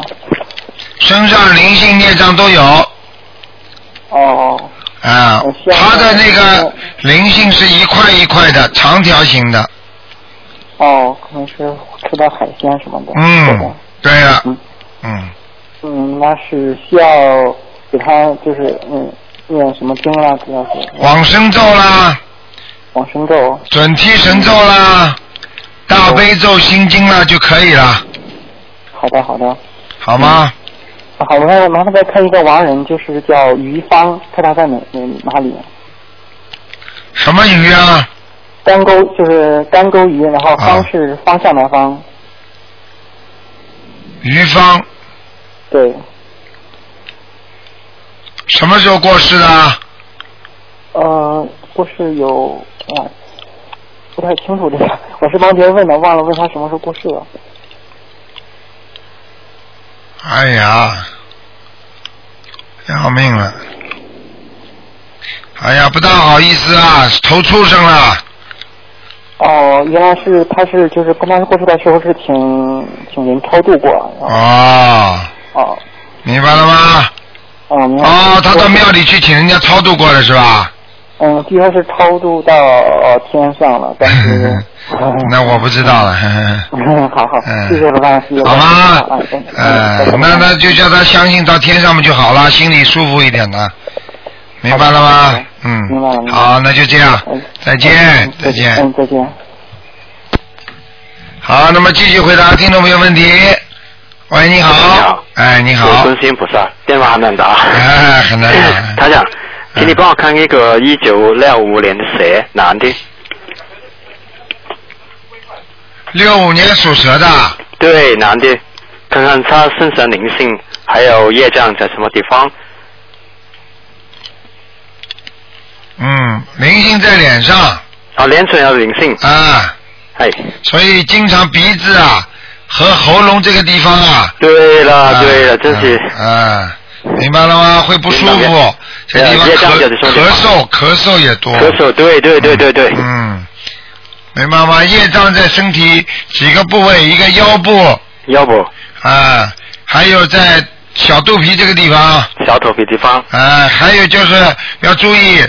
[SPEAKER 1] 身上灵性孽障都有
[SPEAKER 8] 哦，
[SPEAKER 1] 啊
[SPEAKER 8] 我，需要
[SPEAKER 1] 他的那个灵性是一块一块的，长条形的。
[SPEAKER 8] 哦，哦，可能是吃点海鲜什么的。是
[SPEAKER 1] 嗯
[SPEAKER 8] 的，
[SPEAKER 1] 对了
[SPEAKER 8] 嗯，
[SPEAKER 1] 嗯，
[SPEAKER 8] 嗯，那是需要给他就是嗯念什么经啊啦，主要是
[SPEAKER 1] 往生咒啦，
[SPEAKER 8] 往生咒。
[SPEAKER 1] 准提神咒啦，大悲咒心经啦就可以了，
[SPEAKER 8] 好的，好的。
[SPEAKER 1] 好吗？
[SPEAKER 8] 啊好，我再麻烦再看一个亡人，就是叫于芳，看他在哪哪哪里？
[SPEAKER 1] 什么鱼啊？
[SPEAKER 8] 单钩就是单钩鱼，然后方是方向南方，
[SPEAKER 1] 于芳
[SPEAKER 8] 对，
[SPEAKER 1] 什么时候过世的？
[SPEAKER 8] 呃，过世有啊，不太清楚这个，我是帮别人问的，忘了问他什么时候过世了。
[SPEAKER 1] 哎呀，要命了！哎呀，不大好意思啊，投畜生了。
[SPEAKER 8] 哦，原来是他是就是跟他过世的时候是挺挺人超度过，
[SPEAKER 1] 哦，
[SPEAKER 8] 哦，
[SPEAKER 1] 明白了吗？
[SPEAKER 8] 哦，明白
[SPEAKER 1] 哦，他到庙里去请人家超度过了是吧？
[SPEAKER 8] 嗯，据说是超度到、呃、天上了，但 是 哦
[SPEAKER 1] 那我不知道了。呵呵
[SPEAKER 8] 嗯，好好，
[SPEAKER 1] 嗯
[SPEAKER 8] 谢谢罗大师，
[SPEAKER 1] 好吗
[SPEAKER 8] 啊嗯
[SPEAKER 1] 呃，那那就叫他相信到天上面就好了，心里舒服一点的，明白了吗？嗯，
[SPEAKER 8] 明白了，明白了
[SPEAKER 1] 好，那就这样，再见
[SPEAKER 8] 嗯，
[SPEAKER 1] 再见
[SPEAKER 8] 嗯，。再见。
[SPEAKER 1] 好，那么继续回答听众朋友问题。喂，你
[SPEAKER 9] 你
[SPEAKER 1] 好
[SPEAKER 9] 好，
[SPEAKER 1] 哎，你
[SPEAKER 9] 我
[SPEAKER 1] 好，
[SPEAKER 9] 观世音菩萨，电话很难打。
[SPEAKER 1] 哎，很难打，
[SPEAKER 9] 他讲，请你帮我看一个一九六五年的蛇男的，
[SPEAKER 1] 六五年属蛇的，
[SPEAKER 9] 对，男的，看看他身上灵性还有业障在什么地方。
[SPEAKER 1] 嗯，灵性在脸上
[SPEAKER 9] 啊，脸上有灵性，
[SPEAKER 1] 啊，
[SPEAKER 9] 哎，
[SPEAKER 1] 所以经常鼻子啊和喉咙这个地方啊，
[SPEAKER 9] 对了对了，真是
[SPEAKER 1] 啊，啊明白了吗？会不舒
[SPEAKER 9] 明
[SPEAKER 1] 服
[SPEAKER 9] 白，
[SPEAKER 1] 这地方
[SPEAKER 9] 呃业障
[SPEAKER 1] 咳
[SPEAKER 9] 有的时候就
[SPEAKER 1] 咳嗽，咳嗽也多。
[SPEAKER 9] 咳嗽，对对对对对，
[SPEAKER 1] 嗯，明白吗？业障在身体几个部位，一个腰部
[SPEAKER 9] 要不
[SPEAKER 1] 啊，还有在小肚皮这个地方
[SPEAKER 9] 小头皮地方，
[SPEAKER 1] 啊，还有就是要注意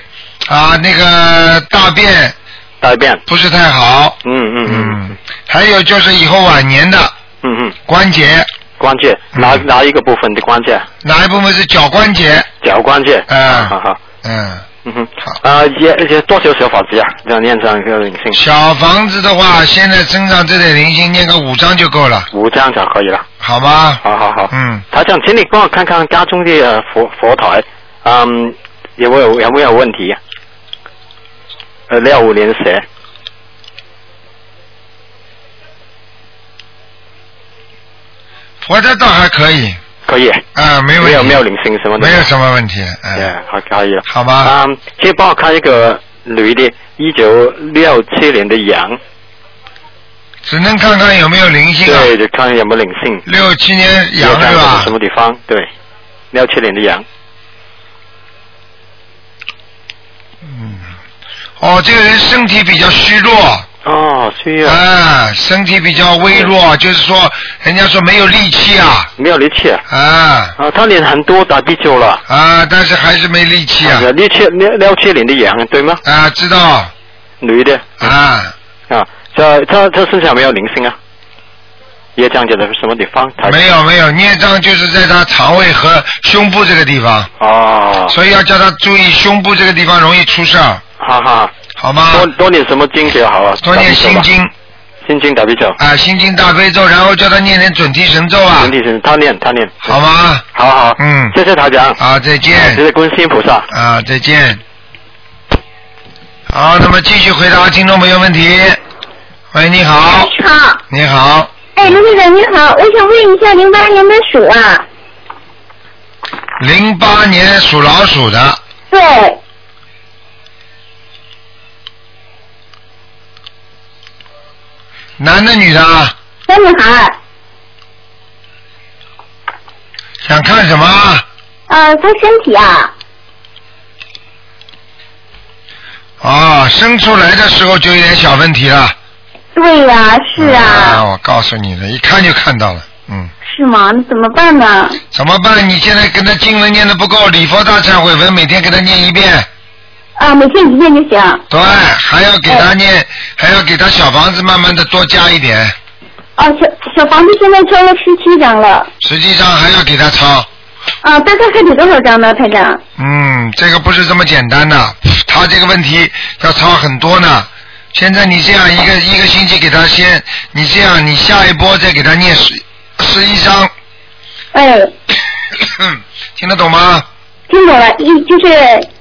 [SPEAKER 1] 啊，那个大便
[SPEAKER 9] 大便，
[SPEAKER 1] 不是太好。
[SPEAKER 9] 嗯嗯嗯，
[SPEAKER 1] 还有就是以后晚年的
[SPEAKER 9] 嗯嗯，
[SPEAKER 1] 关节，
[SPEAKER 9] 关节
[SPEAKER 1] 嗯
[SPEAKER 9] 哪哪一个部分的关节？
[SPEAKER 1] 哪一部分是脚关节？
[SPEAKER 9] 脚关节，啊
[SPEAKER 1] 嗯
[SPEAKER 9] 好好，
[SPEAKER 1] 嗯，
[SPEAKER 9] 嗯哼，
[SPEAKER 1] 好
[SPEAKER 9] 啊，也也多少小法子呀，要念上一个灵性。
[SPEAKER 1] 小房子的话，现在身上这点灵性念个五张就够了，
[SPEAKER 9] 五张就可以了。
[SPEAKER 1] 好吗？
[SPEAKER 9] 好好好。
[SPEAKER 1] 嗯，
[SPEAKER 9] 台长，请你帮我看看家中的呃佛佛台，嗯，有没有有没有问题、啊？呃，六五年蛇，
[SPEAKER 1] 佛的倒还可以，
[SPEAKER 9] 可以，
[SPEAKER 1] 啊，没问
[SPEAKER 9] 没有
[SPEAKER 1] 题，
[SPEAKER 9] 没有灵性什么的，
[SPEAKER 1] 没有什么问题，嗯，
[SPEAKER 9] 对，好可以了。
[SPEAKER 1] 好吗？
[SPEAKER 9] 嗯，请帮我看一个女的，一九六七年的羊，
[SPEAKER 1] 只能看看有没有灵性啊。
[SPEAKER 9] 对，就看有没有灵性，
[SPEAKER 1] 六七年羊
[SPEAKER 9] 在
[SPEAKER 1] 是吧
[SPEAKER 9] 什？么地方？对，六七年的羊，
[SPEAKER 1] 哦，这个人身体比较虚弱，
[SPEAKER 9] 哦，需要、
[SPEAKER 1] 啊，身体比较微弱，就是说人家说没有力气啊，
[SPEAKER 9] 没有力气啊，
[SPEAKER 1] 啊
[SPEAKER 9] 啊，他脸很多打地久了。
[SPEAKER 1] 啊，但是还是没力气啊，
[SPEAKER 9] 六七六六七年的羊对吗？
[SPEAKER 1] 啊，知道
[SPEAKER 9] 女的
[SPEAKER 1] 啊，
[SPEAKER 9] 啊，这这这身上没有灵性啊，也讲解的什么地方？台
[SPEAKER 1] 没有没有，孽障就是在他肠胃和胸部这个地方，
[SPEAKER 9] 哦，
[SPEAKER 1] 所以要叫他注意胸部这个地方容易出事儿，
[SPEAKER 9] 哈哈，
[SPEAKER 1] 好吗？
[SPEAKER 9] 多多念什么经就好了，
[SPEAKER 1] 多念心
[SPEAKER 9] 大悲咒吧，
[SPEAKER 1] 经
[SPEAKER 9] 心经打比咒，
[SPEAKER 1] 啊，心经大悲咒，然后叫他念念准提神咒啊
[SPEAKER 9] 整，体是他念他念，
[SPEAKER 1] 好吗？
[SPEAKER 9] 好好，
[SPEAKER 1] 嗯
[SPEAKER 9] 谢谢台长，
[SPEAKER 1] 好，再见
[SPEAKER 9] 谢。谢观世音菩萨。
[SPEAKER 1] 啊，再见。好，那么继续回答听众朋友问题。喂，你好，
[SPEAKER 3] 好，
[SPEAKER 1] 你好，
[SPEAKER 3] 哎，卢队长你好，我想问一下零八年的鼠啊，
[SPEAKER 1] 零八年属老鼠的，
[SPEAKER 3] 对，
[SPEAKER 1] 男的女的啊？
[SPEAKER 3] 小女孩儿，
[SPEAKER 1] 想看什么啊？
[SPEAKER 3] 呃，她身体啊，
[SPEAKER 1] 啊，生出来的时候就有点小问题了。
[SPEAKER 3] 对呀、是
[SPEAKER 1] 啊，
[SPEAKER 3] 啊，
[SPEAKER 1] 我告诉你的，一看就看到了。嗯，
[SPEAKER 3] 是吗？那怎么办呢？
[SPEAKER 1] 怎么办？你现在跟他经文念的不够，礼佛大忏悔文每天给他念一遍，
[SPEAKER 3] 啊，每天一遍就哦行。
[SPEAKER 1] 对，还要给他念，还要给他小房子慢慢的多加一点，
[SPEAKER 3] 哦，小小房子现在抽了十七张了，
[SPEAKER 1] 实际上还要给他抄。
[SPEAKER 3] 啊，大概还得多少张呢，台长？
[SPEAKER 1] 嗯，这个不是这么简单的，他这个问题要抄很多呢。现在你这样一个一个星期给他先，你这样你下一波再给他念十十一章，
[SPEAKER 3] 哎，
[SPEAKER 1] 听得懂吗？
[SPEAKER 3] 听懂了，一就是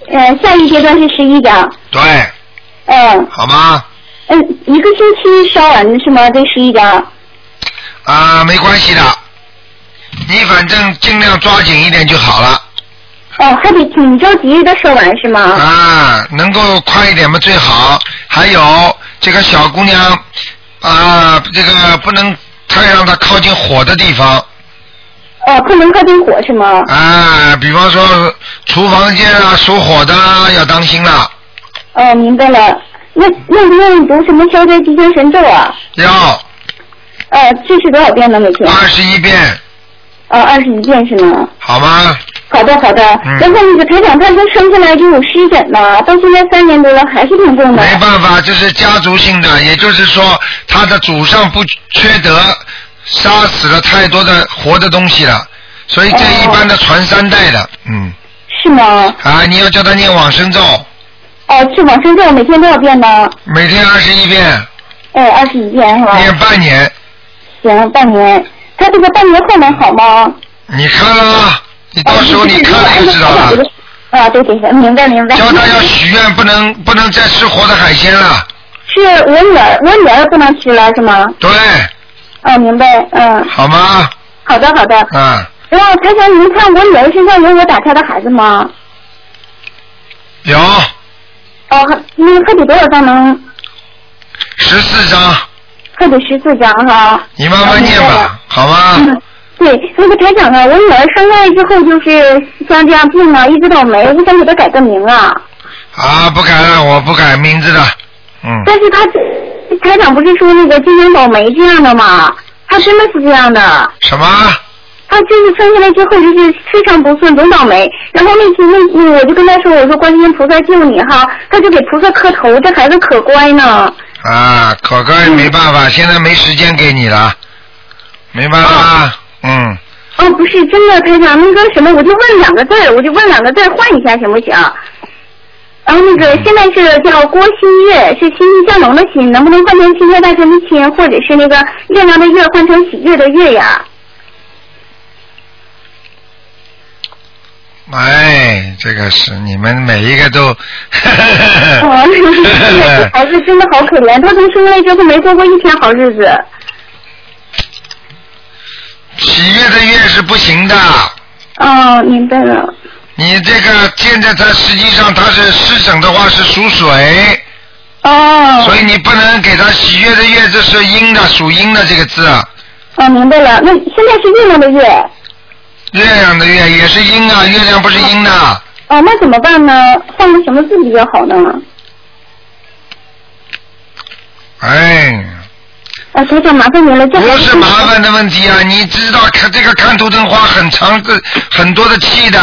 [SPEAKER 3] 呃，下一阶段是十一张，
[SPEAKER 1] 对，
[SPEAKER 3] 嗯，
[SPEAKER 1] 好吗？
[SPEAKER 5] 呃一个星期烧完是吗？这十一张。
[SPEAKER 1] 啊，没关系的，你反正尽量抓紧一点就好了。
[SPEAKER 5] 哦，还得挺着急的说完是吗？
[SPEAKER 1] 啊，能够快一点嘛最好。还有这个小姑娘啊，这个不能太让她靠近火的地方
[SPEAKER 5] 哦，不能靠近火是吗？
[SPEAKER 1] 啊，比方说厨房间啊，属火的啊要当心了。
[SPEAKER 5] 哦，明白了。那那不用读什么消灾吉祥神咒啊？
[SPEAKER 1] 要
[SPEAKER 5] 呃，这是多少遍呢？每天？
[SPEAKER 1] 二十一遍，
[SPEAKER 5] 哦，二十一遍是吗？
[SPEAKER 1] 好吗？
[SPEAKER 5] 好的，好的。
[SPEAKER 1] 嗯
[SPEAKER 5] 然后那个台长他说生下来就有湿疹嘛，到现在三年多了还是挺重的。
[SPEAKER 1] 没办法，这是家族性的，也就是说他的祖上不缺德，杀死了太多的活的东西了，所以这一般的传三代的，嗯。
[SPEAKER 5] 哦是吗？
[SPEAKER 1] 啊，你要叫他念往生咒，
[SPEAKER 5] 哦，是往生咒每天多少遍呢？
[SPEAKER 1] 每天二十一遍，
[SPEAKER 5] 哎，二十一遍是吧？
[SPEAKER 1] 念半年，
[SPEAKER 5] 行，半年。他这个半年后能好吗？
[SPEAKER 1] 你看啊，你到时候你看了就知道了。
[SPEAKER 5] 啊，对对，对明白明白。
[SPEAKER 1] 教大家许愿，不能不能再吃活的海鲜了。
[SPEAKER 5] 是我女儿，我女儿不能吃了是吗？
[SPEAKER 1] 对，
[SPEAKER 5] 哦，明白，嗯，
[SPEAKER 1] 好吗？
[SPEAKER 5] 好的好的。
[SPEAKER 1] 啊，
[SPEAKER 5] 然后台长，您看我女儿身上有我打胎的孩子吗？
[SPEAKER 1] 有
[SPEAKER 5] 哦，还那还得多少张能？
[SPEAKER 1] 十四张，
[SPEAKER 5] 还得十四张哈。
[SPEAKER 1] 你慢慢念吧，好吗？
[SPEAKER 5] 嗯，对，那个台长啊，我女儿生下来之后就是像这样病啊，一直倒霉，我想给她改个名啊，
[SPEAKER 1] 啊，不改了，我不改名字的。嗯，
[SPEAKER 5] 但是她台长不是说那个经常倒霉这样的吗？她真的是这样的。
[SPEAKER 1] 什么？
[SPEAKER 5] 他就是生下来之后就是非常不顺，总倒霉。然后那天那那我就跟他说，我说观世音菩萨救你哈，他就给菩萨磕头，这孩子可乖呢。
[SPEAKER 1] 啊，可哥也没办
[SPEAKER 5] 嗯
[SPEAKER 1] 法，现在没时间给你了，明白吗？
[SPEAKER 5] 啊
[SPEAKER 1] 嗯，
[SPEAKER 5] 哦，不是真的，台长，那个什么，我就问两个字儿，我就问两个字儿，换一下行不行？然后那个
[SPEAKER 1] 嗯
[SPEAKER 5] 现在是叫郭新月，是欣欣向荣的欣，能不能换成新月大神的亲，或者是那个月亮的月换成喜悦的月呀？
[SPEAKER 1] 哎，这个是你们每一个都，嗯
[SPEAKER 5] 哦， 这 孩子真的好可怜，他从生下来之后没过过一天好日子。
[SPEAKER 1] 喜悦的悦是不行的。
[SPEAKER 5] 哦，明白了。
[SPEAKER 1] 你这个现在它实际上它是湿疹的话是属水，
[SPEAKER 5] 哦。
[SPEAKER 1] 所以你不能给它喜悦的悦，这是阴的，属阴的这个字啊，
[SPEAKER 5] 哦，明白了。那现在是月亮的月，
[SPEAKER 1] 月亮的月也是阴啊，月亮不是阴的。
[SPEAKER 5] 哦，那怎么办呢？换个什么字比较好呢？
[SPEAKER 1] 哎，
[SPEAKER 5] 啊，台长，麻烦您了，这
[SPEAKER 1] 不是麻烦的问题啊！你知道看这个看图腾花很长的很多的气的，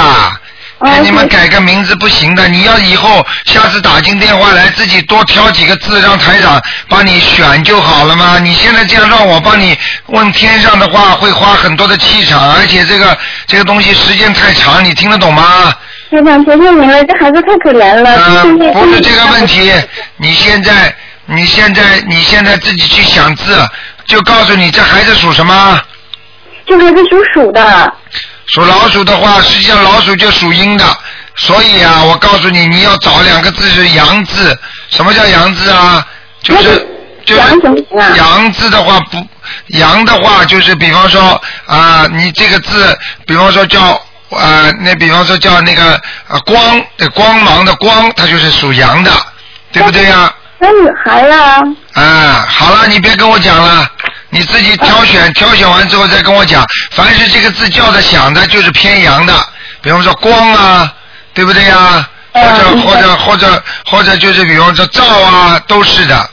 [SPEAKER 1] 给你们改个名字不行的。你要以后下次打进电话来，自己多挑几个字，让台长帮你选就好了嘛。你现在这样让我帮你问天上的话，会花很多的气场，而且这个这个东西时间太长，你听得懂吗？
[SPEAKER 5] 台长，求求您了，这孩子太可怜了，现在
[SPEAKER 1] 呃不是这个问题，你现在你现在你现在自己去想字，就告诉你这孩子属什么。
[SPEAKER 5] 这孩子属鼠的。
[SPEAKER 1] 属老鼠的话，实际上老鼠就属阴的，所以啊，我告诉你，你要找两个字是阳字。什么叫阳字啊？就是就是阳字的话不阳的话就是比方说啊、你这个字，比方说叫啊，那比方说叫那个呃光呃光芒的光，它就是属阳的，对不对呀、
[SPEAKER 5] 那女孩呀、
[SPEAKER 1] 啊，好了，你别跟我讲了，你自己挑
[SPEAKER 5] 啊
[SPEAKER 1] 选，挑选完之后再跟我讲。凡是这个字叫的响的，就是偏阳的，比方说光啊，对不对呀、
[SPEAKER 5] 啊
[SPEAKER 1] 或者、或者或者或者就是比方说照啊，都是的，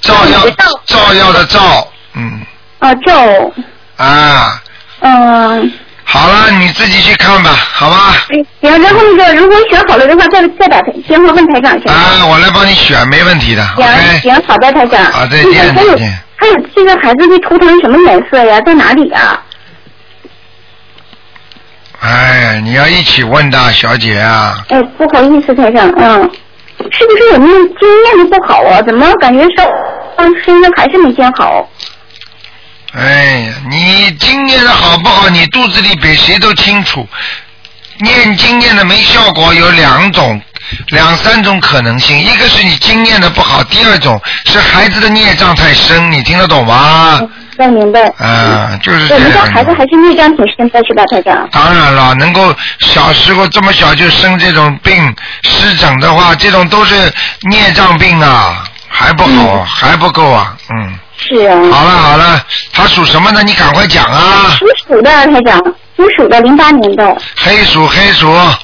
[SPEAKER 1] 照耀照耀的照，嗯
[SPEAKER 5] 啊，咒，
[SPEAKER 1] 啊，
[SPEAKER 5] 嗯，
[SPEAKER 1] 好了，你自己去看吧，好吧？
[SPEAKER 5] 行，然后那个如果选好了的话，再再打电话问台长行吗？
[SPEAKER 1] 啊，我来帮你选，没问题的。
[SPEAKER 5] 行、行，好的，台长。
[SPEAKER 1] 好再
[SPEAKER 5] 那
[SPEAKER 1] 见
[SPEAKER 5] 个还有
[SPEAKER 1] 再见
[SPEAKER 5] 还有这个孩子的图腾什么颜色呀？在哪里啊呀？
[SPEAKER 1] 哎，你要一起问的，小姐啊。
[SPEAKER 5] 哎，不好意思，台长，嗯，是不是我们经验的不好啊？怎么感觉烧身上还是没见好？
[SPEAKER 1] 哎呀，你今年的好不好，你肚子里比谁都清楚。念经念的没效果有两种，两三种可能性，一个是你经念的不好，第二种是孩子的孽障太深，你听得懂吗？
[SPEAKER 5] 那明白。
[SPEAKER 1] 啊，就是这
[SPEAKER 5] 我们家
[SPEAKER 1] 样
[SPEAKER 5] 孩子
[SPEAKER 1] 的。
[SPEAKER 5] 还是孽障挺深的，是吧，台长？
[SPEAKER 1] 当然了，能够小时候这么小就生这种病，湿疹的话，这种都是孽障病啊，还不好，还不够啊，嗯。
[SPEAKER 5] 是啊。
[SPEAKER 1] 好了好了，他属什么呢？你赶快讲啊！
[SPEAKER 5] 属鼠的，台长，属鼠的，零八年的，
[SPEAKER 1] 黑鼠黑鼠，
[SPEAKER 5] 啊，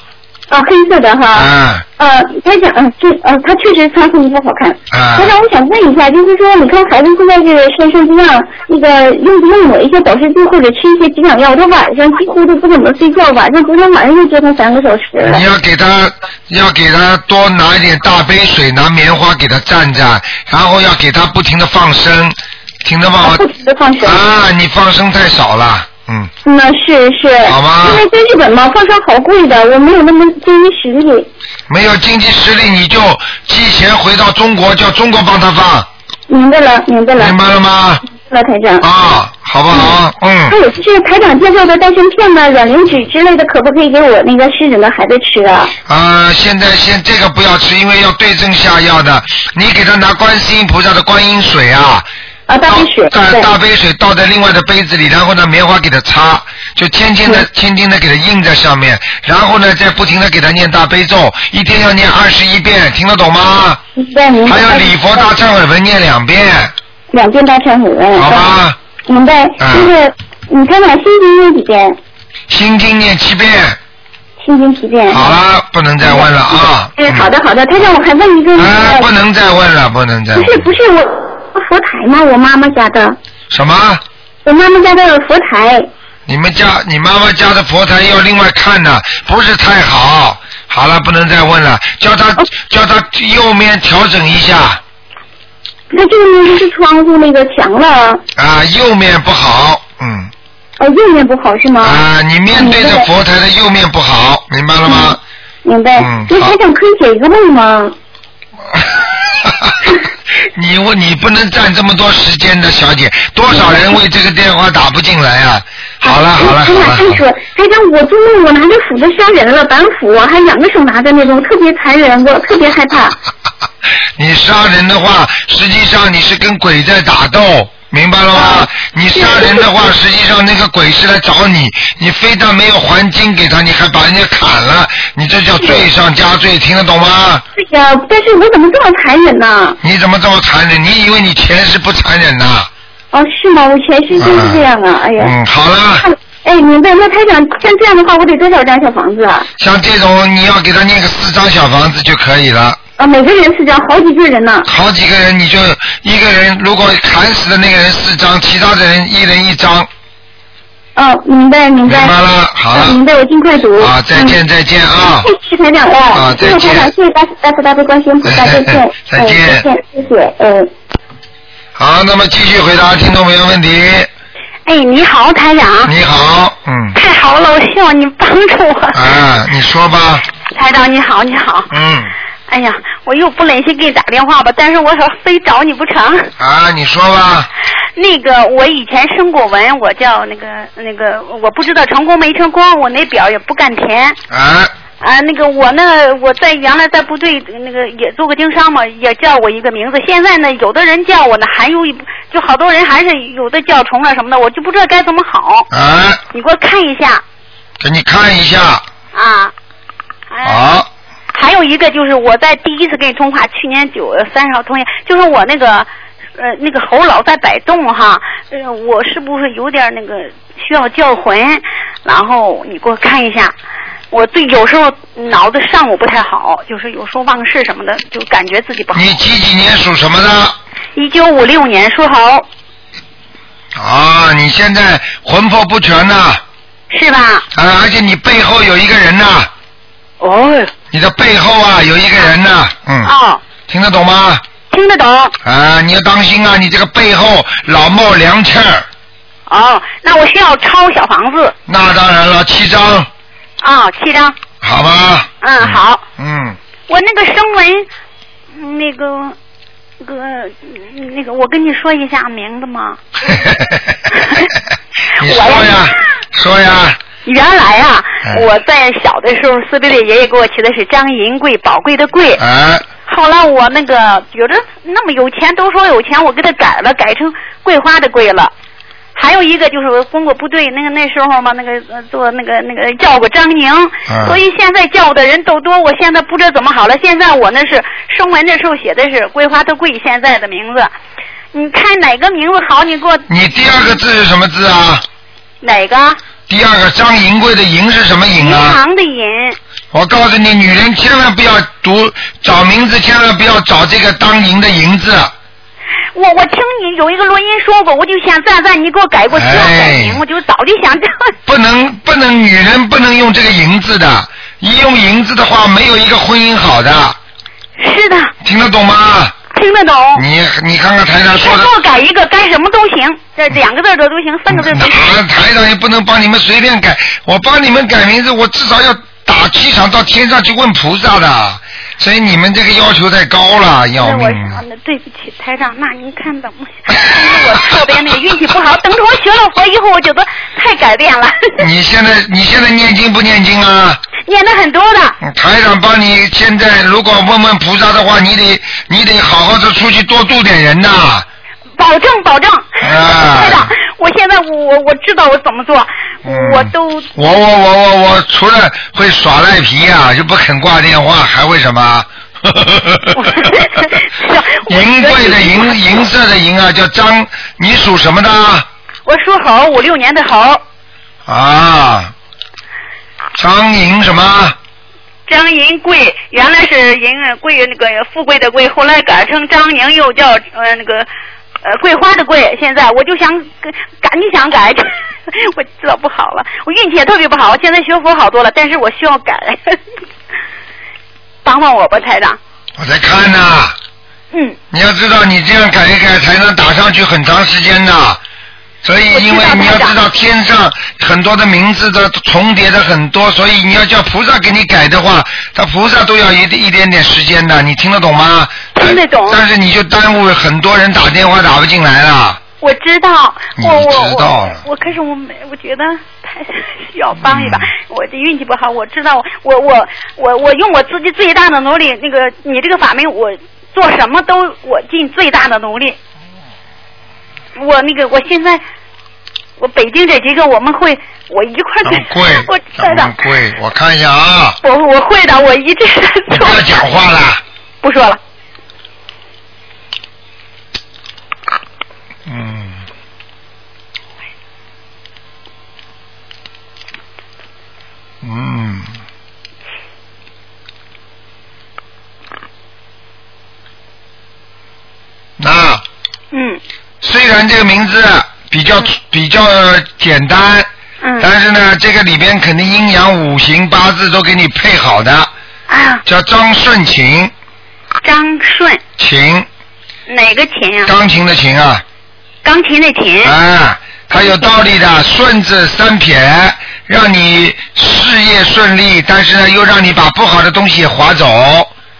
[SPEAKER 5] 黑色的哈。
[SPEAKER 1] 嗯
[SPEAKER 5] 呃，台长，嗯，这呃，他确实穿红不好看。
[SPEAKER 1] 啊
[SPEAKER 5] 台长，我想问一下，就是说，你看孩子现在是身上这样，那个用不用抹一些保湿剂或者吃一些止痒药？他晚上几乎都不怎么睡觉，晚上昨天晚上又折腾三个小时了
[SPEAKER 1] 你。要给他要给他多拿一点大杯水，拿棉花给他蘸蘸，然后要给他不停的放生，听得吗？
[SPEAKER 5] 不停的放生。
[SPEAKER 1] 啊，你放生太少了，嗯，
[SPEAKER 5] 嗯，是是。
[SPEAKER 1] 好吗
[SPEAKER 5] 因为在日本嘛，放生好贵的，我没有那么经济实力。
[SPEAKER 1] 没有经济实力你就寄钱回到中国，叫中国帮他放，
[SPEAKER 5] 明白了，明白了。
[SPEAKER 1] 明白了吗？
[SPEAKER 5] 了，台长。
[SPEAKER 1] 啊，好不好？嗯
[SPEAKER 5] 还，有就是台长介绍的丹参片呢、软磷脂之类的，可不可以给我那个湿疹的孩子吃啊？
[SPEAKER 1] 啊，现在先这个不要吃，因为要对症下药的。你给他拿观世音菩萨的观音水啊，
[SPEAKER 5] 啊，大杯水，
[SPEAKER 1] 大
[SPEAKER 5] 对，
[SPEAKER 1] 大杯水倒在另外的杯子里，然后呢，棉花给它擦，就天天的、天天的给它印在上面，然后呢，再不停的给它念大悲咒，一天要念二十一遍，听得懂吗？
[SPEAKER 5] 明白明白。
[SPEAKER 1] 还有礼佛大忏悔文念两遍，
[SPEAKER 5] 两遍大忏悔文，
[SPEAKER 1] 好吧？啊
[SPEAKER 5] 明白。就是你台长心经念几遍？
[SPEAKER 1] 心经念七遍，
[SPEAKER 5] 心经几遍？
[SPEAKER 1] 好了，不能再问了啊。
[SPEAKER 5] 嗯，好的好的，台长，我还问一个
[SPEAKER 1] 嗯。
[SPEAKER 5] 那
[SPEAKER 1] 啊，不
[SPEAKER 5] 个，
[SPEAKER 1] 能再问了，不能再
[SPEAKER 5] 不
[SPEAKER 1] 问。
[SPEAKER 5] 是不是我佛台吗？我妈妈家的，
[SPEAKER 1] 什么？
[SPEAKER 5] 我妈妈家的佛台。
[SPEAKER 1] 你们家你妈妈家的佛台要另外看呢，不是太好。好了，不能再问了，叫他叫他右面调整一下
[SPEAKER 5] 那这个呢就是窗户那个墙了，
[SPEAKER 1] 啊，右面不好，嗯
[SPEAKER 5] 呃，右面不好是吗？
[SPEAKER 1] 啊，你面对着佛台的右面不好，明白了吗？
[SPEAKER 5] 明白
[SPEAKER 1] 嗯。
[SPEAKER 5] 那
[SPEAKER 1] 好
[SPEAKER 5] 台长可以解一个梦吗？
[SPEAKER 1] 你问你不能占这么多时间的，小姐，多少人为这个电话打不进来啊？好了好了好
[SPEAKER 5] 哎呀，
[SPEAKER 1] 了，
[SPEAKER 5] 太扯！台长，我做梦我拿着斧子杀人了，板斧，啊还两个手拿着那种，特别残忍，我特别害怕。哎
[SPEAKER 1] 你杀人的话，实际上你是跟鬼在打斗，明白了吗？你杀人的话，实际上那个鬼是来找你，你非但没有还金给他，你还把人家砍了，你这叫罪上加罪，听得懂吗？
[SPEAKER 5] 对呀、但是我怎么这么残忍呢？
[SPEAKER 1] 你怎么这么残忍？你以为你前世不残忍呐、
[SPEAKER 5] 哦，是吗？我前世真是这样啊！哎呀，
[SPEAKER 1] 嗯，好了，
[SPEAKER 5] 哎，明白。那台长，像这样的话，我得多少张小房子啊？
[SPEAKER 1] 像这种你要给他念个四张小房子就可以了。
[SPEAKER 5] 啊，每个人四张，好几个人呢。
[SPEAKER 1] 好几个人，你就一个人，如果砍死的那个人四张，其他的人一人一张，
[SPEAKER 5] 哦，明白，明
[SPEAKER 1] 明
[SPEAKER 5] 白。
[SPEAKER 1] 白了？好
[SPEAKER 5] 啊明
[SPEAKER 1] 了，
[SPEAKER 5] 白，我尽快读。
[SPEAKER 1] 啊，再见再见啊。
[SPEAKER 5] 谢谢台长哎，
[SPEAKER 1] 啊
[SPEAKER 5] 谢谢
[SPEAKER 1] 再见，
[SPEAKER 5] 台长，谢谢大大慈大悲观世音菩萨，再见
[SPEAKER 1] 再见
[SPEAKER 5] 哎再见，谢谢，嗯。
[SPEAKER 1] 好，那么继续回答听众朋友问题。
[SPEAKER 10] 哎，你好，台长，
[SPEAKER 1] 你好，嗯，
[SPEAKER 10] 太好了，我希望你帮助我。
[SPEAKER 1] 啊，你说吧，
[SPEAKER 10] 台长你好，你好，
[SPEAKER 1] 嗯，
[SPEAKER 10] 哎呀，我又不忍心给你打电话吧，但是我说非找你不成。
[SPEAKER 1] 啊，你说吧，
[SPEAKER 10] 那个我以前生过文，我叫那个那个，我不知道成功没成功，我那表也不敢填。
[SPEAKER 1] 啊，
[SPEAKER 10] 啊，那个我呢，我在原来在部队那个也做过经商嘛，也叫我一个名字。现在呢，有的人叫我呢，还有一就好多人还是有的叫重了什么的，我就不知道该怎么好。
[SPEAKER 1] 啊，
[SPEAKER 10] 你给我看一下
[SPEAKER 1] 给你看一下，
[SPEAKER 10] 啊。啊。
[SPEAKER 1] 好，
[SPEAKER 10] 还有一个就是我在第一次跟你通话，去年九月三十号通话，就是我那个呃那个喉老在摆动哈，呃我是不是有点那个需要叫魂？然后你给我看一下，我对有时候脑子上午不太好，就是有时候忘事什么的，就感觉自己不好。
[SPEAKER 1] 你几几年属什么的？
[SPEAKER 10] 一九五六年属猴
[SPEAKER 1] 啊，你现在魂魄不全呐、啊，
[SPEAKER 10] 是吧？
[SPEAKER 1] 而且你背后有一个人呐、
[SPEAKER 10] 哦
[SPEAKER 1] 你的背后啊有一个人呐、嗯，
[SPEAKER 10] 哦，
[SPEAKER 1] 听得懂吗？
[SPEAKER 10] 听得懂
[SPEAKER 1] 啊，你要当心啊，你这个背后老冒凉气儿，
[SPEAKER 10] 哦，那我需要抄小房子
[SPEAKER 1] 那当然了，七张，
[SPEAKER 10] 啊、七张，
[SPEAKER 1] 好吧？
[SPEAKER 10] 嗯好。
[SPEAKER 1] 嗯。
[SPEAKER 10] 我那个声纹，那个，那个，那个，我跟你说一下名 字吗？
[SPEAKER 1] 你说呀，说呀，
[SPEAKER 10] 原来啊，
[SPEAKER 1] 哎
[SPEAKER 10] 我在小的时候，四贝贝爷爷给我起的是张银贵，宝贵的贵。
[SPEAKER 1] 啊。
[SPEAKER 10] 后来我那个觉着那么有钱，都说有钱，我给他改了，改成桂花的桂了。还有一个就是我工作部队，那个那时候嘛，那个呃做那个那个叫过张宁，
[SPEAKER 1] 哎
[SPEAKER 11] 嗯
[SPEAKER 10] 所以现在叫的人都多。我现在不知道怎么好了，现在我那是声纹的时候写的是桂花的桂，现在的名字。你看哪个名字好？你给我
[SPEAKER 1] 你第二个字是什么字啊？
[SPEAKER 10] 哪个？
[SPEAKER 1] 第二个张银贵的银是什么银
[SPEAKER 10] 银
[SPEAKER 1] 啊？
[SPEAKER 10] 行的银。
[SPEAKER 1] 我告诉你，女人千万不要读找名字，千万不要找这个当银的银字。
[SPEAKER 10] 我我听你有一个录音说过，我就想赞赞你给我改
[SPEAKER 1] 哎
[SPEAKER 10] 过需要改名，我就早就想这。
[SPEAKER 1] 不能不能，女人不能用这个银字的，一用银字的话，没有一个婚姻好的。
[SPEAKER 10] 是的。
[SPEAKER 1] 听得懂吗？
[SPEAKER 10] 听得懂。
[SPEAKER 1] 你你看看台上说
[SPEAKER 10] 再
[SPEAKER 1] 的
[SPEAKER 10] 给，我改一个，改什么都行，这两个字儿的都行，三个字儿都行。
[SPEAKER 1] 啊台长也不能帮你们随便改，我帮你们改名字，我至少要打气场到天上去问菩萨的，所以你们这个要求太高了，要
[SPEAKER 10] 那我
[SPEAKER 1] 命。
[SPEAKER 10] 啊那对不起，台长，那您看怎么？我特别那个运气不好，等着我学了佛以后，我觉得太改变了，
[SPEAKER 1] 你现在你现在念经不念经啊？嗯
[SPEAKER 10] 念的很多的。
[SPEAKER 1] 台长帮你现在如果问问菩萨的话，你得你得好好的出去多度点人呐、
[SPEAKER 10] 保证保证。
[SPEAKER 1] 啊
[SPEAKER 10] 台长，我现在我我我知道我怎么做，
[SPEAKER 1] 嗯
[SPEAKER 10] 我都
[SPEAKER 1] 我我我我我除了会耍赖皮呀、就不肯挂电话，还会什么？ 银贵的银，银色的银啊，叫张，你属什么的？
[SPEAKER 10] 我属猴，五六年的猴，
[SPEAKER 1] 啊，张银什么？
[SPEAKER 10] 张银贵，原来是银呃贵那个富贵的贵，后来改成张宁，又叫呃那个呃桂花的桂。现在我就想跟赶紧想改， 我知道不好了，我运气也特别不好。我现在学佛好多了，但是我需要改， 帮帮我吧，台长。
[SPEAKER 1] 我在看呢、
[SPEAKER 10] 嗯。
[SPEAKER 1] 你要知道，你这样改一改才能打上去很长时间的。所以，因为你要知道天上很多的名字的重叠的很多，所以你要叫菩萨给你改的话，他菩萨都要一一点点时间的，你听得懂吗？听得
[SPEAKER 10] 懂。
[SPEAKER 1] 但是你就耽误很多人打电话打不进来了。
[SPEAKER 10] 我知道，我
[SPEAKER 1] 你
[SPEAKER 10] 我
[SPEAKER 1] 知道
[SPEAKER 10] 我
[SPEAKER 1] 了
[SPEAKER 10] 我，可是我没，我觉得太需要帮一把。
[SPEAKER 1] 嗯
[SPEAKER 10] 我这运气不好，我知道，我我我我用我自己最大的努力，那个你这个法门，我做什么都我尽最大的努力。我那个我现在，我北京这几个我们会，我一块儿去， 我知道，
[SPEAKER 1] 贵，我看一下啊，
[SPEAKER 10] 我我会的，我一直
[SPEAKER 1] 不要讲话了。
[SPEAKER 10] 不说了。
[SPEAKER 1] 嗯。嗯。那
[SPEAKER 10] 嗯
[SPEAKER 1] 虽然这个名字比较比较简单，
[SPEAKER 10] 嗯
[SPEAKER 1] 但是呢，这个里边肯定阴阳五行八字都给你配好的，
[SPEAKER 10] 啊，
[SPEAKER 1] 叫张顺琴，
[SPEAKER 10] 张顺
[SPEAKER 1] 琴
[SPEAKER 10] 哪个琴啊？
[SPEAKER 1] 钢琴的琴啊，
[SPEAKER 10] 钢琴的琴。
[SPEAKER 1] 啊，它有道理的，顺字三撇，让你事业顺利，但是呢，又让你把不好的东西也划走。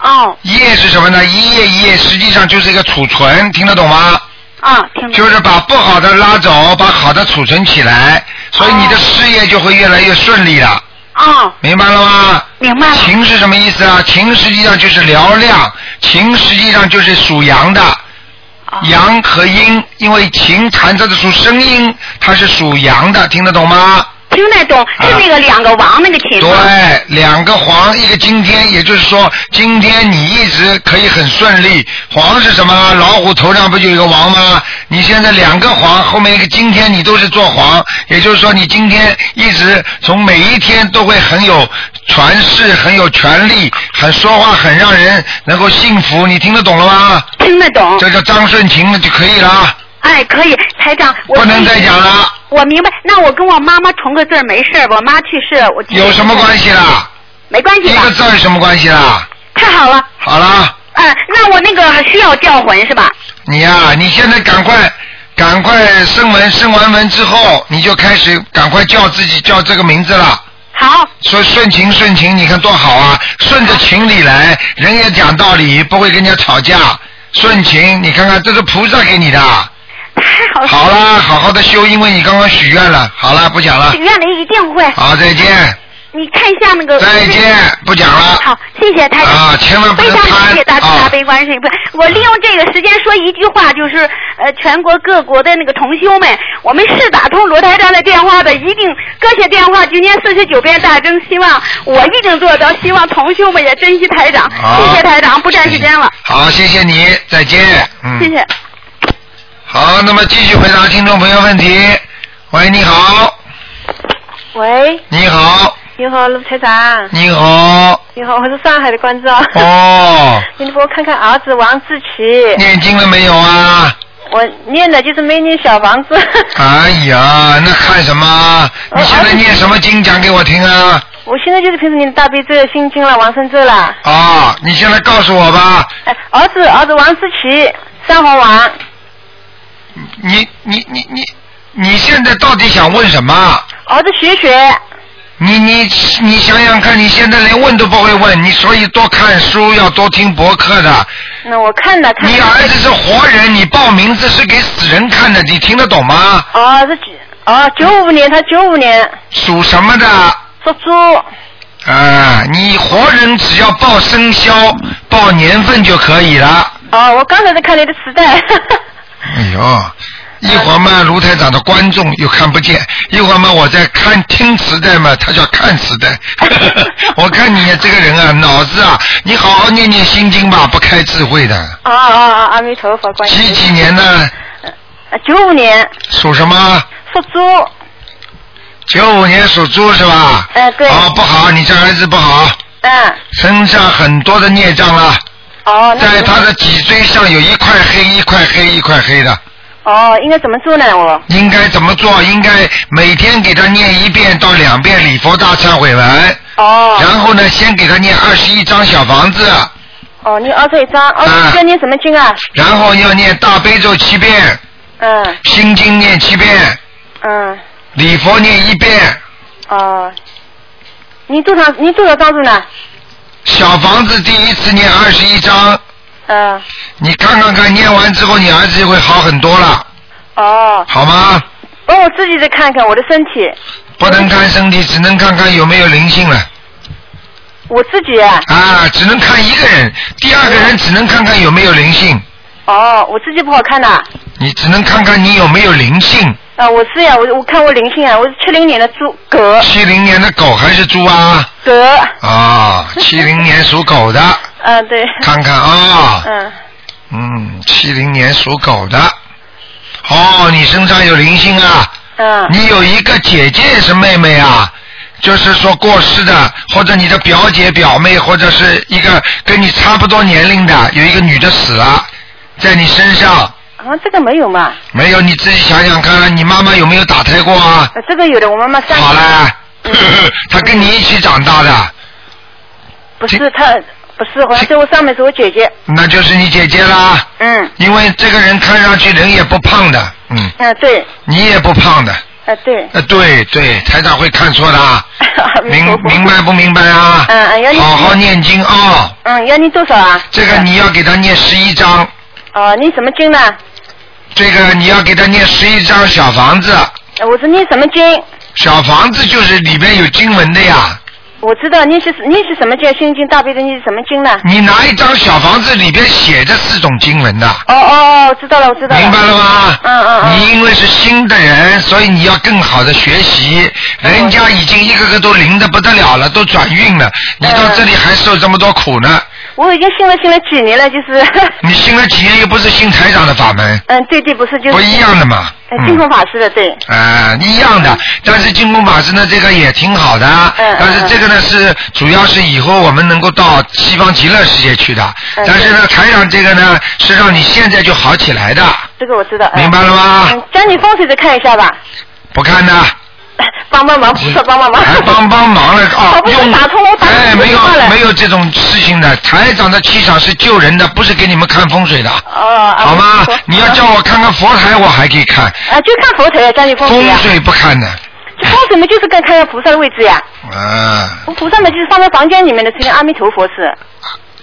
[SPEAKER 10] 哦。
[SPEAKER 1] 业是什么呢？一页一页，实际上就是一个储存，听得懂吗？
[SPEAKER 10] 啊，听
[SPEAKER 1] 就是把不好的拉走，把好的储存起来，所以你的事业就会越来越顺利了。
[SPEAKER 10] 哦。
[SPEAKER 1] 明白了吗？
[SPEAKER 10] 明白了。
[SPEAKER 1] 情是什么意思啊？情实际上就是嘹亮，情实际上就是属阳的。
[SPEAKER 10] 啊
[SPEAKER 1] 阳和阴，因为琴弹奏的出声音，它是属阳的，听得懂吗？啊
[SPEAKER 10] 听得懂，是那个两个王那个琴吗？
[SPEAKER 1] 对，两个黄，一个今天，也就是说，今天你一直可以很顺利。黄是什么？老虎头上不就有一个王吗？啊你现在两个黄，后面一个今天，你都是做黄，也就是说，你今天一直从每一天都会很有权势，很有权利，很说话，很让人能够信服。你听得懂了吗？
[SPEAKER 10] 听得懂。
[SPEAKER 1] 这叫张顺琴了就可以了。
[SPEAKER 10] 哎，可以，台长，我
[SPEAKER 1] 不能再讲了。
[SPEAKER 10] 我明白，那我跟我妈妈重个字儿没事儿，我妈去世，我
[SPEAKER 1] 有什么关系？啦？
[SPEAKER 10] 没关系
[SPEAKER 1] 一
[SPEAKER 10] 吧
[SPEAKER 1] 个字儿有什么关系啦？
[SPEAKER 10] 太好了，
[SPEAKER 1] 好啦，
[SPEAKER 10] 嗯，那我那个需要叫魂是吧？
[SPEAKER 1] 你呀、你现在赶快赶快生完生完文之后，你就开始赶快叫自己叫这个名字了。
[SPEAKER 10] 好。
[SPEAKER 1] 说顺情顺情，你看多好啊！顺着情理来，人也讲道理，不会跟人家吵架。顺情，你看看，这是菩萨给你的。
[SPEAKER 10] 好。
[SPEAKER 1] 好啦，好好的修，因为你刚刚许愿了。好啦，不讲了。
[SPEAKER 10] 许愿了一定会。
[SPEAKER 1] 好，再见。
[SPEAKER 10] 你看一下那个。
[SPEAKER 1] 再见，不讲了。
[SPEAKER 10] 好，谢谢台长。
[SPEAKER 1] 啊千万不
[SPEAKER 10] 非
[SPEAKER 1] 能
[SPEAKER 10] 常感谢
[SPEAKER 1] 贪
[SPEAKER 10] 大慈
[SPEAKER 1] 啊
[SPEAKER 10] 大悲观世音菩萨。我利用这个时间说一句话，就是呃，全国各国的那个同修们，我们是打通罗台长的电话的，一定各些电话今天四十九遍大真，希望我一定做到，希望同修们也珍惜台长。
[SPEAKER 1] 好嗯
[SPEAKER 10] 谢谢台长，不占时间了，
[SPEAKER 1] 好，谢谢你，再见。嗯，
[SPEAKER 10] 谢谢。
[SPEAKER 1] 好，那么继续回答听众朋友问题。喂，你好，
[SPEAKER 11] 喂，
[SPEAKER 1] 你好，
[SPEAKER 11] 你好，卢台长。
[SPEAKER 1] 你好，
[SPEAKER 11] 你好，我是上海的观众。
[SPEAKER 1] 哦，
[SPEAKER 11] 你给我看看儿子王志奇。
[SPEAKER 1] 念经了没有啊？
[SPEAKER 11] 我念的就是没念小房子。
[SPEAKER 1] 哎呀，那看什么？你现在念什么经？讲给我听啊！
[SPEAKER 11] 我现在就是平时念大悲咒、心经了、往生咒了。
[SPEAKER 1] 啊，你现在告诉我吧，
[SPEAKER 11] 哎，儿子，儿子王志奇，三黄王。
[SPEAKER 1] 你你你你你现在到底想问什么？
[SPEAKER 11] 儿子学学。
[SPEAKER 1] 你你你想想看，你现在连问都不会问，你所以多看书，要多听博客的。
[SPEAKER 11] 那我看了看。
[SPEAKER 1] 你儿子是活人，你报名字是给死人看的，你听得懂吗？
[SPEAKER 11] 哦，是几？哦，九五年，他九五年
[SPEAKER 1] 属什么的？
[SPEAKER 11] 属猪。
[SPEAKER 1] 啊，你活人只要报生肖、报年份就可以了。
[SPEAKER 11] 哦，我刚才在看你的磁带。
[SPEAKER 1] 哎呦，一会儿嘛，卢台长的观众又看不见，一会儿嘛，我在看听磁带嘛，他叫看磁 带。我看你这个人啊，脑子啊，你好好念念心经吧，不开智慧的。
[SPEAKER 11] 啊啊啊！阿弥陀佛，观世
[SPEAKER 1] 几几年呢？
[SPEAKER 11] 九五年
[SPEAKER 1] 属什么？
[SPEAKER 11] 属猪，
[SPEAKER 1] 九五年属猪是吧？
[SPEAKER 11] 哎、对，
[SPEAKER 1] 啊，不好，你这儿子不好，
[SPEAKER 11] 嗯，
[SPEAKER 1] 身上很多的孽障了，
[SPEAKER 11] 哦，那
[SPEAKER 1] 在
[SPEAKER 11] 怎么
[SPEAKER 1] 他的脊椎上有一块黑，一块黑，一块黑的。
[SPEAKER 11] 哦，应该怎么做呢？我
[SPEAKER 1] 应该怎么做？应该每天给他念一遍到两遍礼佛大忏悔文，
[SPEAKER 11] 哦
[SPEAKER 1] 然后呢，先给他念二十一张小房子，
[SPEAKER 11] 哦，你二十一张，二十一张念什么经啊？
[SPEAKER 1] 然后要念大悲咒七遍，
[SPEAKER 11] 嗯
[SPEAKER 1] 心经念七遍，
[SPEAKER 11] 嗯
[SPEAKER 1] 礼佛念一遍，
[SPEAKER 11] 哦，你多少你多少张数呢？
[SPEAKER 1] 小房子第一次念二十一张，
[SPEAKER 11] 嗯
[SPEAKER 1] 你看看看，念完之后你儿子就会好很多了，
[SPEAKER 11] 哦，
[SPEAKER 1] 好吗？
[SPEAKER 11] 帮哦我自己再看看我的身体，
[SPEAKER 1] 不能看身体，只能看看有没有灵性了
[SPEAKER 11] 我自己啊，
[SPEAKER 1] 啊！只能看一个人，第二个人
[SPEAKER 11] 嗯
[SPEAKER 1] 只能看看有没有灵性，
[SPEAKER 11] 哦，我自己不好看呐、啊。啊
[SPEAKER 1] 你只能看看你有没有灵性。
[SPEAKER 11] 我是呀、我我看我灵性啊，我是七零年的猪狗
[SPEAKER 1] 七零年的狗还是猪啊？
[SPEAKER 11] 狗，
[SPEAKER 1] 啊，七零年属狗的，
[SPEAKER 11] 嗯对，
[SPEAKER 1] 看看啊，
[SPEAKER 11] 嗯
[SPEAKER 1] 嗯，七零年属狗的。哦，你身上有灵性啊！
[SPEAKER 11] 嗯
[SPEAKER 1] 你有一个姐姐也是妹妹啊，就是说过世的，或者你的表姐、表妹，或者是一个跟你差不多年龄的，有一个女的死了，在你身上
[SPEAKER 11] 啊这个没有嘛，
[SPEAKER 1] 没有？你自己想想看，啊你妈妈有没有打胎过啊？
[SPEAKER 11] 呃这个有的，我妈妈三
[SPEAKER 1] 好啦，她跟你一起长大的。
[SPEAKER 11] 不是她不是，好像在我上面是我姐姐，
[SPEAKER 1] 那就是你姐姐啦，
[SPEAKER 11] 嗯
[SPEAKER 1] 因为这个人看上去人也不胖的，嗯，
[SPEAKER 11] 嗯对，
[SPEAKER 1] 你也不胖的，
[SPEAKER 11] 啊对，
[SPEAKER 1] 呃，对对，台长会看错的 啊，
[SPEAKER 11] 阿弥
[SPEAKER 1] 明
[SPEAKER 11] 陀佛
[SPEAKER 1] 明白不明白啊？
[SPEAKER 11] 嗯嗯要你
[SPEAKER 1] 好好念经啊、
[SPEAKER 11] 嗯，要念多少啊？
[SPEAKER 1] 这个你要给他念十一章，
[SPEAKER 11] 哦，念什么经呢？
[SPEAKER 1] 这个你要给他念十一章小房子，
[SPEAKER 11] 呃我是念什么经？
[SPEAKER 1] 小房子就是里边有经文的呀，
[SPEAKER 11] 我知道念是念是什么经，心经大悲咒念是什么经呢？
[SPEAKER 1] 你拿一张小房子里边写着四种经文的，
[SPEAKER 11] 哦哦哦，我知道了，我知道了。
[SPEAKER 1] 明白了吗？
[SPEAKER 11] 嗯嗯嗯
[SPEAKER 1] 你因为是新的人，所以你要更好的学习。
[SPEAKER 11] 嗯
[SPEAKER 1] 人家已经一个个都灵的不得了了，都转运了，你到这里还受这么多苦呢。
[SPEAKER 11] 我已经信了信了几年了，就是，
[SPEAKER 1] 你信了几年又不是信台长的法门，
[SPEAKER 11] 嗯，对对，不是就是。
[SPEAKER 1] 不一样的嘛。
[SPEAKER 11] 呃。
[SPEAKER 1] 嗯
[SPEAKER 11] 净空法师的对，
[SPEAKER 1] 啊、一样的，但是进攻法师呢，这个也挺好的，啊
[SPEAKER 11] 嗯
[SPEAKER 1] 但是这个呢是主要是以后我们能够到西方极乐世界去的，
[SPEAKER 11] 嗯
[SPEAKER 1] 但是呢台长这个呢是让你现在就好起来的，
[SPEAKER 11] 这个我知道。嗯
[SPEAKER 1] 明白了吗？
[SPEAKER 11] 嗯，将你风水再看一下吧，
[SPEAKER 1] 不看 的。
[SPEAKER 11] 帮帮忙，菩萨帮帮忙。
[SPEAKER 1] 还帮帮忙了啊
[SPEAKER 11] 好！不容易
[SPEAKER 1] 用
[SPEAKER 11] 打通我打通
[SPEAKER 1] 哎，
[SPEAKER 11] 你
[SPEAKER 1] 没
[SPEAKER 11] 电话
[SPEAKER 1] 有
[SPEAKER 11] 了
[SPEAKER 1] 没有这种事情的，台长的气场是救人的，不是给你们看风水的，
[SPEAKER 11] 哦，
[SPEAKER 1] 好吗
[SPEAKER 11] 啊不错？
[SPEAKER 1] 你要叫我看看佛台，我还可以看，
[SPEAKER 11] 啊，就看佛台，将你风
[SPEAKER 1] 风
[SPEAKER 11] 啊。
[SPEAKER 1] 水不看的。
[SPEAKER 11] 这风水嘛，就是看看菩萨的位置呀。
[SPEAKER 1] 啊
[SPEAKER 11] 我菩萨嘛，就是放在房间里面的，是跟阿弥陀佛是。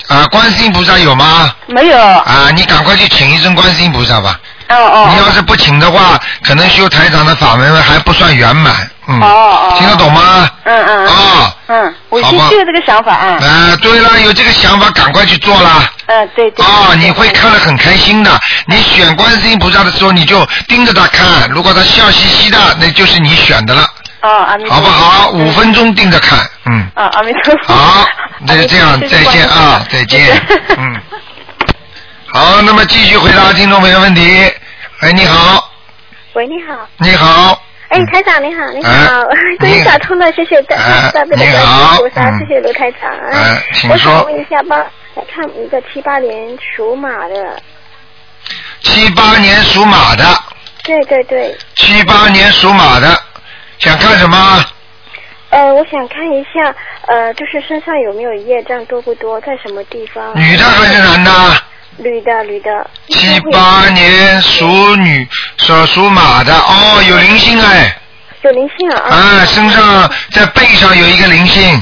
[SPEAKER 1] 啊，观世音菩萨有吗？
[SPEAKER 11] 没有，嗯
[SPEAKER 1] 啊，你赶快去请一尊观世音菩萨吧，
[SPEAKER 11] 哦哦。
[SPEAKER 1] 你要是不请的话，可能修台长的法门还不算圆满。嗯。
[SPEAKER 11] 哦哦。
[SPEAKER 1] 听得懂吗？
[SPEAKER 11] 嗯嗯。
[SPEAKER 1] 哦。
[SPEAKER 11] 嗯，我
[SPEAKER 1] 好
[SPEAKER 11] 就
[SPEAKER 1] 吧
[SPEAKER 11] 就有这个想法啊。
[SPEAKER 1] 啊，对了，有这个想法，赶快去做啦。
[SPEAKER 11] 嗯，对对。
[SPEAKER 1] 啊、你会看得很开心的。你选观世音菩萨的时候，你就盯着他看，如果他笑嘻嘻的，那就是你选的了，
[SPEAKER 11] 哦，阿弥陀
[SPEAKER 1] 好
[SPEAKER 11] 佛。嗯
[SPEAKER 1] 不好？五分钟盯着看，嗯。
[SPEAKER 11] 啊，阿弥陀佛。
[SPEAKER 1] 好，那
[SPEAKER 11] 啊阿
[SPEAKER 1] 就
[SPEAKER 11] 弥陀佛
[SPEAKER 1] 这样，
[SPEAKER 11] 谢谢
[SPEAKER 1] 再见啊，
[SPEAKER 11] 谢
[SPEAKER 1] 再
[SPEAKER 11] 谢
[SPEAKER 1] 见，嗯。好，那么继续回答听众朋友问题。哎，你好，
[SPEAKER 12] 喂，你好。
[SPEAKER 1] 你好，
[SPEAKER 12] 哎，台长你好，你好
[SPEAKER 1] 啊，
[SPEAKER 12] 终于打通了，谢谢大
[SPEAKER 1] 啊
[SPEAKER 12] 大悲的
[SPEAKER 1] 你
[SPEAKER 12] 观
[SPEAKER 1] 好
[SPEAKER 12] 世菩萨，
[SPEAKER 1] 嗯
[SPEAKER 12] 谢谢卢台长。哎
[SPEAKER 1] 呃，请
[SPEAKER 12] 我想
[SPEAKER 1] 说，
[SPEAKER 12] 问一下，帮来看一个七八年属马的，
[SPEAKER 1] 七八年属马的，
[SPEAKER 12] 对对对，
[SPEAKER 1] 七八年属马的，想看什么？
[SPEAKER 12] 呃，我想看一下，呃，就是身上有没有业障多不多，在什么地方？
[SPEAKER 1] 女的还是男的？
[SPEAKER 12] 女的，女的。
[SPEAKER 1] 七八年属女，属属马的，哦，有灵性哎，
[SPEAKER 12] 有灵性啊！
[SPEAKER 1] 啊，身上在背上有一个灵性，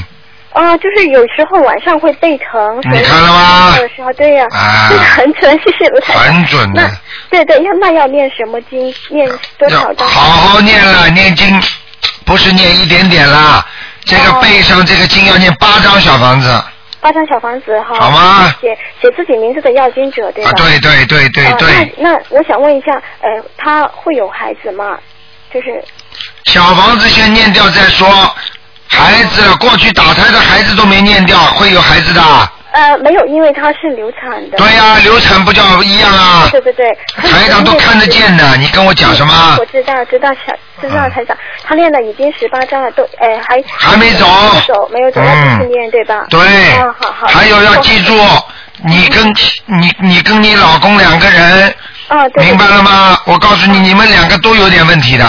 [SPEAKER 12] 啊，就是有时候晚上会背疼。
[SPEAKER 1] 你看了吗
[SPEAKER 12] 有时候对呀、
[SPEAKER 1] 啊
[SPEAKER 12] 这个很准，谢谢卢台长。
[SPEAKER 1] 很准的，
[SPEAKER 12] 对对，要那要念什么经？念多少章？
[SPEAKER 1] 好好念了，念经不是念一点点啦，这个背上这个经要念八张小房子。
[SPEAKER 12] 八张小房子哈。
[SPEAKER 1] 好吗
[SPEAKER 12] 写写自己名字的要经者对吧？
[SPEAKER 1] 啊，对对对对
[SPEAKER 12] 呃
[SPEAKER 1] 对，
[SPEAKER 12] 那那我想问一下，呃，他会有孩子吗？就是
[SPEAKER 1] 小房子先念掉再说。孩子过去打胎的孩子都没念掉，会有孩子的。
[SPEAKER 12] 呃，没有，因为他是流产的。
[SPEAKER 1] 对呀、流产不叫一样啊。
[SPEAKER 12] 对对对。
[SPEAKER 1] 台长都看得见的，你跟我讲什么
[SPEAKER 12] 我？知道，知道，小知道台长，他练了已经十八章了，都哎还
[SPEAKER 1] 还没走
[SPEAKER 12] 没走，没有走，
[SPEAKER 1] 嗯
[SPEAKER 12] 要继续练对吧？
[SPEAKER 1] 对
[SPEAKER 12] 啊，好好。
[SPEAKER 1] 还有要记住，你跟你你跟你老公两个人，
[SPEAKER 12] 哦，对。
[SPEAKER 1] 明白了？吗？我告诉你，你们两个都有点问题的。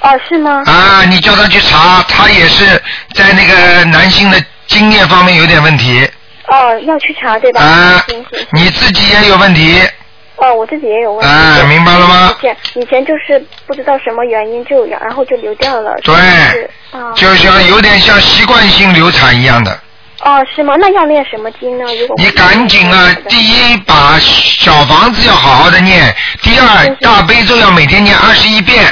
[SPEAKER 12] 哦，是吗？
[SPEAKER 1] 啊，你叫他去查，他也是在那个男性的经验方面有点问题，
[SPEAKER 12] 哦，要去查对吧？
[SPEAKER 1] 啊
[SPEAKER 12] 行行。
[SPEAKER 1] 你自己也有问题，
[SPEAKER 12] 哦，我自己也有问题。
[SPEAKER 1] 哎明白了吗
[SPEAKER 12] 以前以前就是不知道什么原因就然后就流掉了。
[SPEAKER 1] 对
[SPEAKER 12] 是啊。
[SPEAKER 1] 就像有点像习惯性流产一样的。
[SPEAKER 12] 哦，是吗？那要念什么经呢？如果
[SPEAKER 1] 你赶紧啊，第一把小房子要好好的念，第二大悲咒要每天念二十一遍，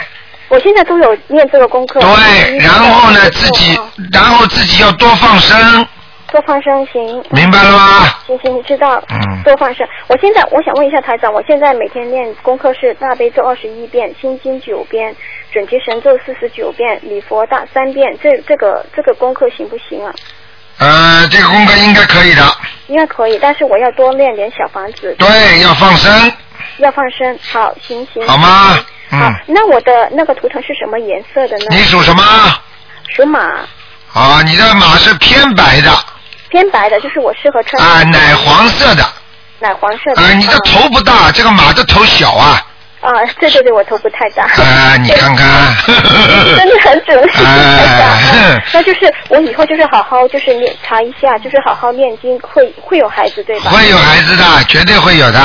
[SPEAKER 12] 我现在都有念这个功课。嗯
[SPEAKER 1] 对，然后呢自己，然后自己要多放生，
[SPEAKER 12] 多放生行。
[SPEAKER 1] 明白了吗？
[SPEAKER 12] 行行，知道。
[SPEAKER 1] 嗯
[SPEAKER 12] 多放生。我现在我想问一下台长，我现在每天念功课是大悲咒二十一遍，心经九遍，准提神咒四十九遍，礼佛大三遍。这这个这个功课行不行啊？
[SPEAKER 1] 呃，这个功课应该可以的，
[SPEAKER 12] 应该可以，但是我要多练点小房子。
[SPEAKER 1] 对，要放生，
[SPEAKER 12] 要放生，好，行行。
[SPEAKER 1] 好吗？
[SPEAKER 12] 好
[SPEAKER 1] 嗯，，
[SPEAKER 12] 那我的那个图腾是什么颜色的呢？
[SPEAKER 1] 你属什么？
[SPEAKER 12] 属马，
[SPEAKER 1] 啊，你的马是偏白的
[SPEAKER 12] 偏白的，就是我适合穿。
[SPEAKER 1] 啊，奶黄色的
[SPEAKER 12] 奶黄色的。
[SPEAKER 1] 啊，你的头不大，这个马的头小啊
[SPEAKER 12] 啊，对对对，我头不太大。
[SPEAKER 1] 啊，你看看，
[SPEAKER 12] 真的很准，谢谢台长
[SPEAKER 1] 哎
[SPEAKER 12] 嗯 那就是我以后就是好好就是念查一下，就是好好念经，会会有孩子对吧？
[SPEAKER 1] 会有孩子的，绝对会有的。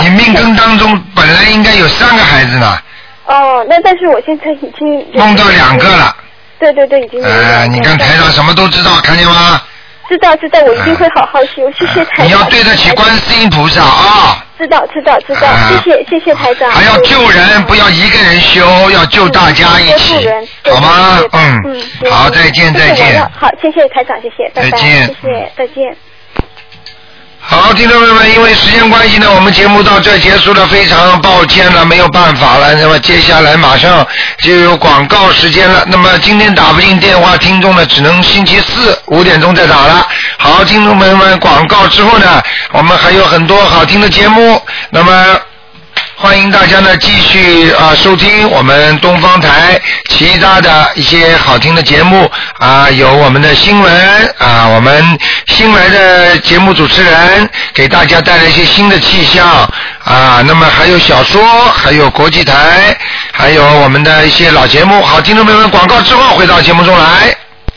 [SPEAKER 1] 你命根当中本来应该有三个孩子呢，
[SPEAKER 12] 哦，那但是我现在已经
[SPEAKER 1] 弄到两个。了。
[SPEAKER 12] 对对对，已经有两个了
[SPEAKER 1] 哎，你看台上什么都知道，看见吗？
[SPEAKER 12] 知道知道，我一定会好好修，谢谢台长。
[SPEAKER 1] 你要对得起观世音菩萨啊！
[SPEAKER 12] 知道知道知道，谢谢谢谢台长。
[SPEAKER 1] 还要救人，不要一个人修，要救大家一
[SPEAKER 12] 多
[SPEAKER 1] 起
[SPEAKER 12] 助人，
[SPEAKER 1] 好吗
[SPEAKER 12] 嗯对对？
[SPEAKER 1] 嗯
[SPEAKER 12] 对嗯，
[SPEAKER 1] 好，
[SPEAKER 12] 行
[SPEAKER 1] 再见，
[SPEAKER 12] 谢谢
[SPEAKER 1] 再
[SPEAKER 12] 我
[SPEAKER 1] 见
[SPEAKER 12] 要。好，谢谢台长，谢谢，拜
[SPEAKER 1] 再
[SPEAKER 12] 拜，
[SPEAKER 1] 见
[SPEAKER 12] 谢谢，再见。
[SPEAKER 1] 好，听众朋友们，因为时间关系呢，我们节目到这儿结束了，非常抱歉了，没有办法了。那么接下来马上就有广告时间了。那么今天打不进电话，听众呢只能星期四五点钟再打了。好，听众朋友们，广告之后呢，我们还有很多好听的节目。那么。欢迎大家呢继续啊、收听我们东方台其他的一些好听的节目啊、有我们的新闻啊、我们新来的节目主持人给大家带来一些新的气象啊、那么还有小说，还有国际台，还有我们的一些老节目。好，听众朋友们，广告之后回到节目中来。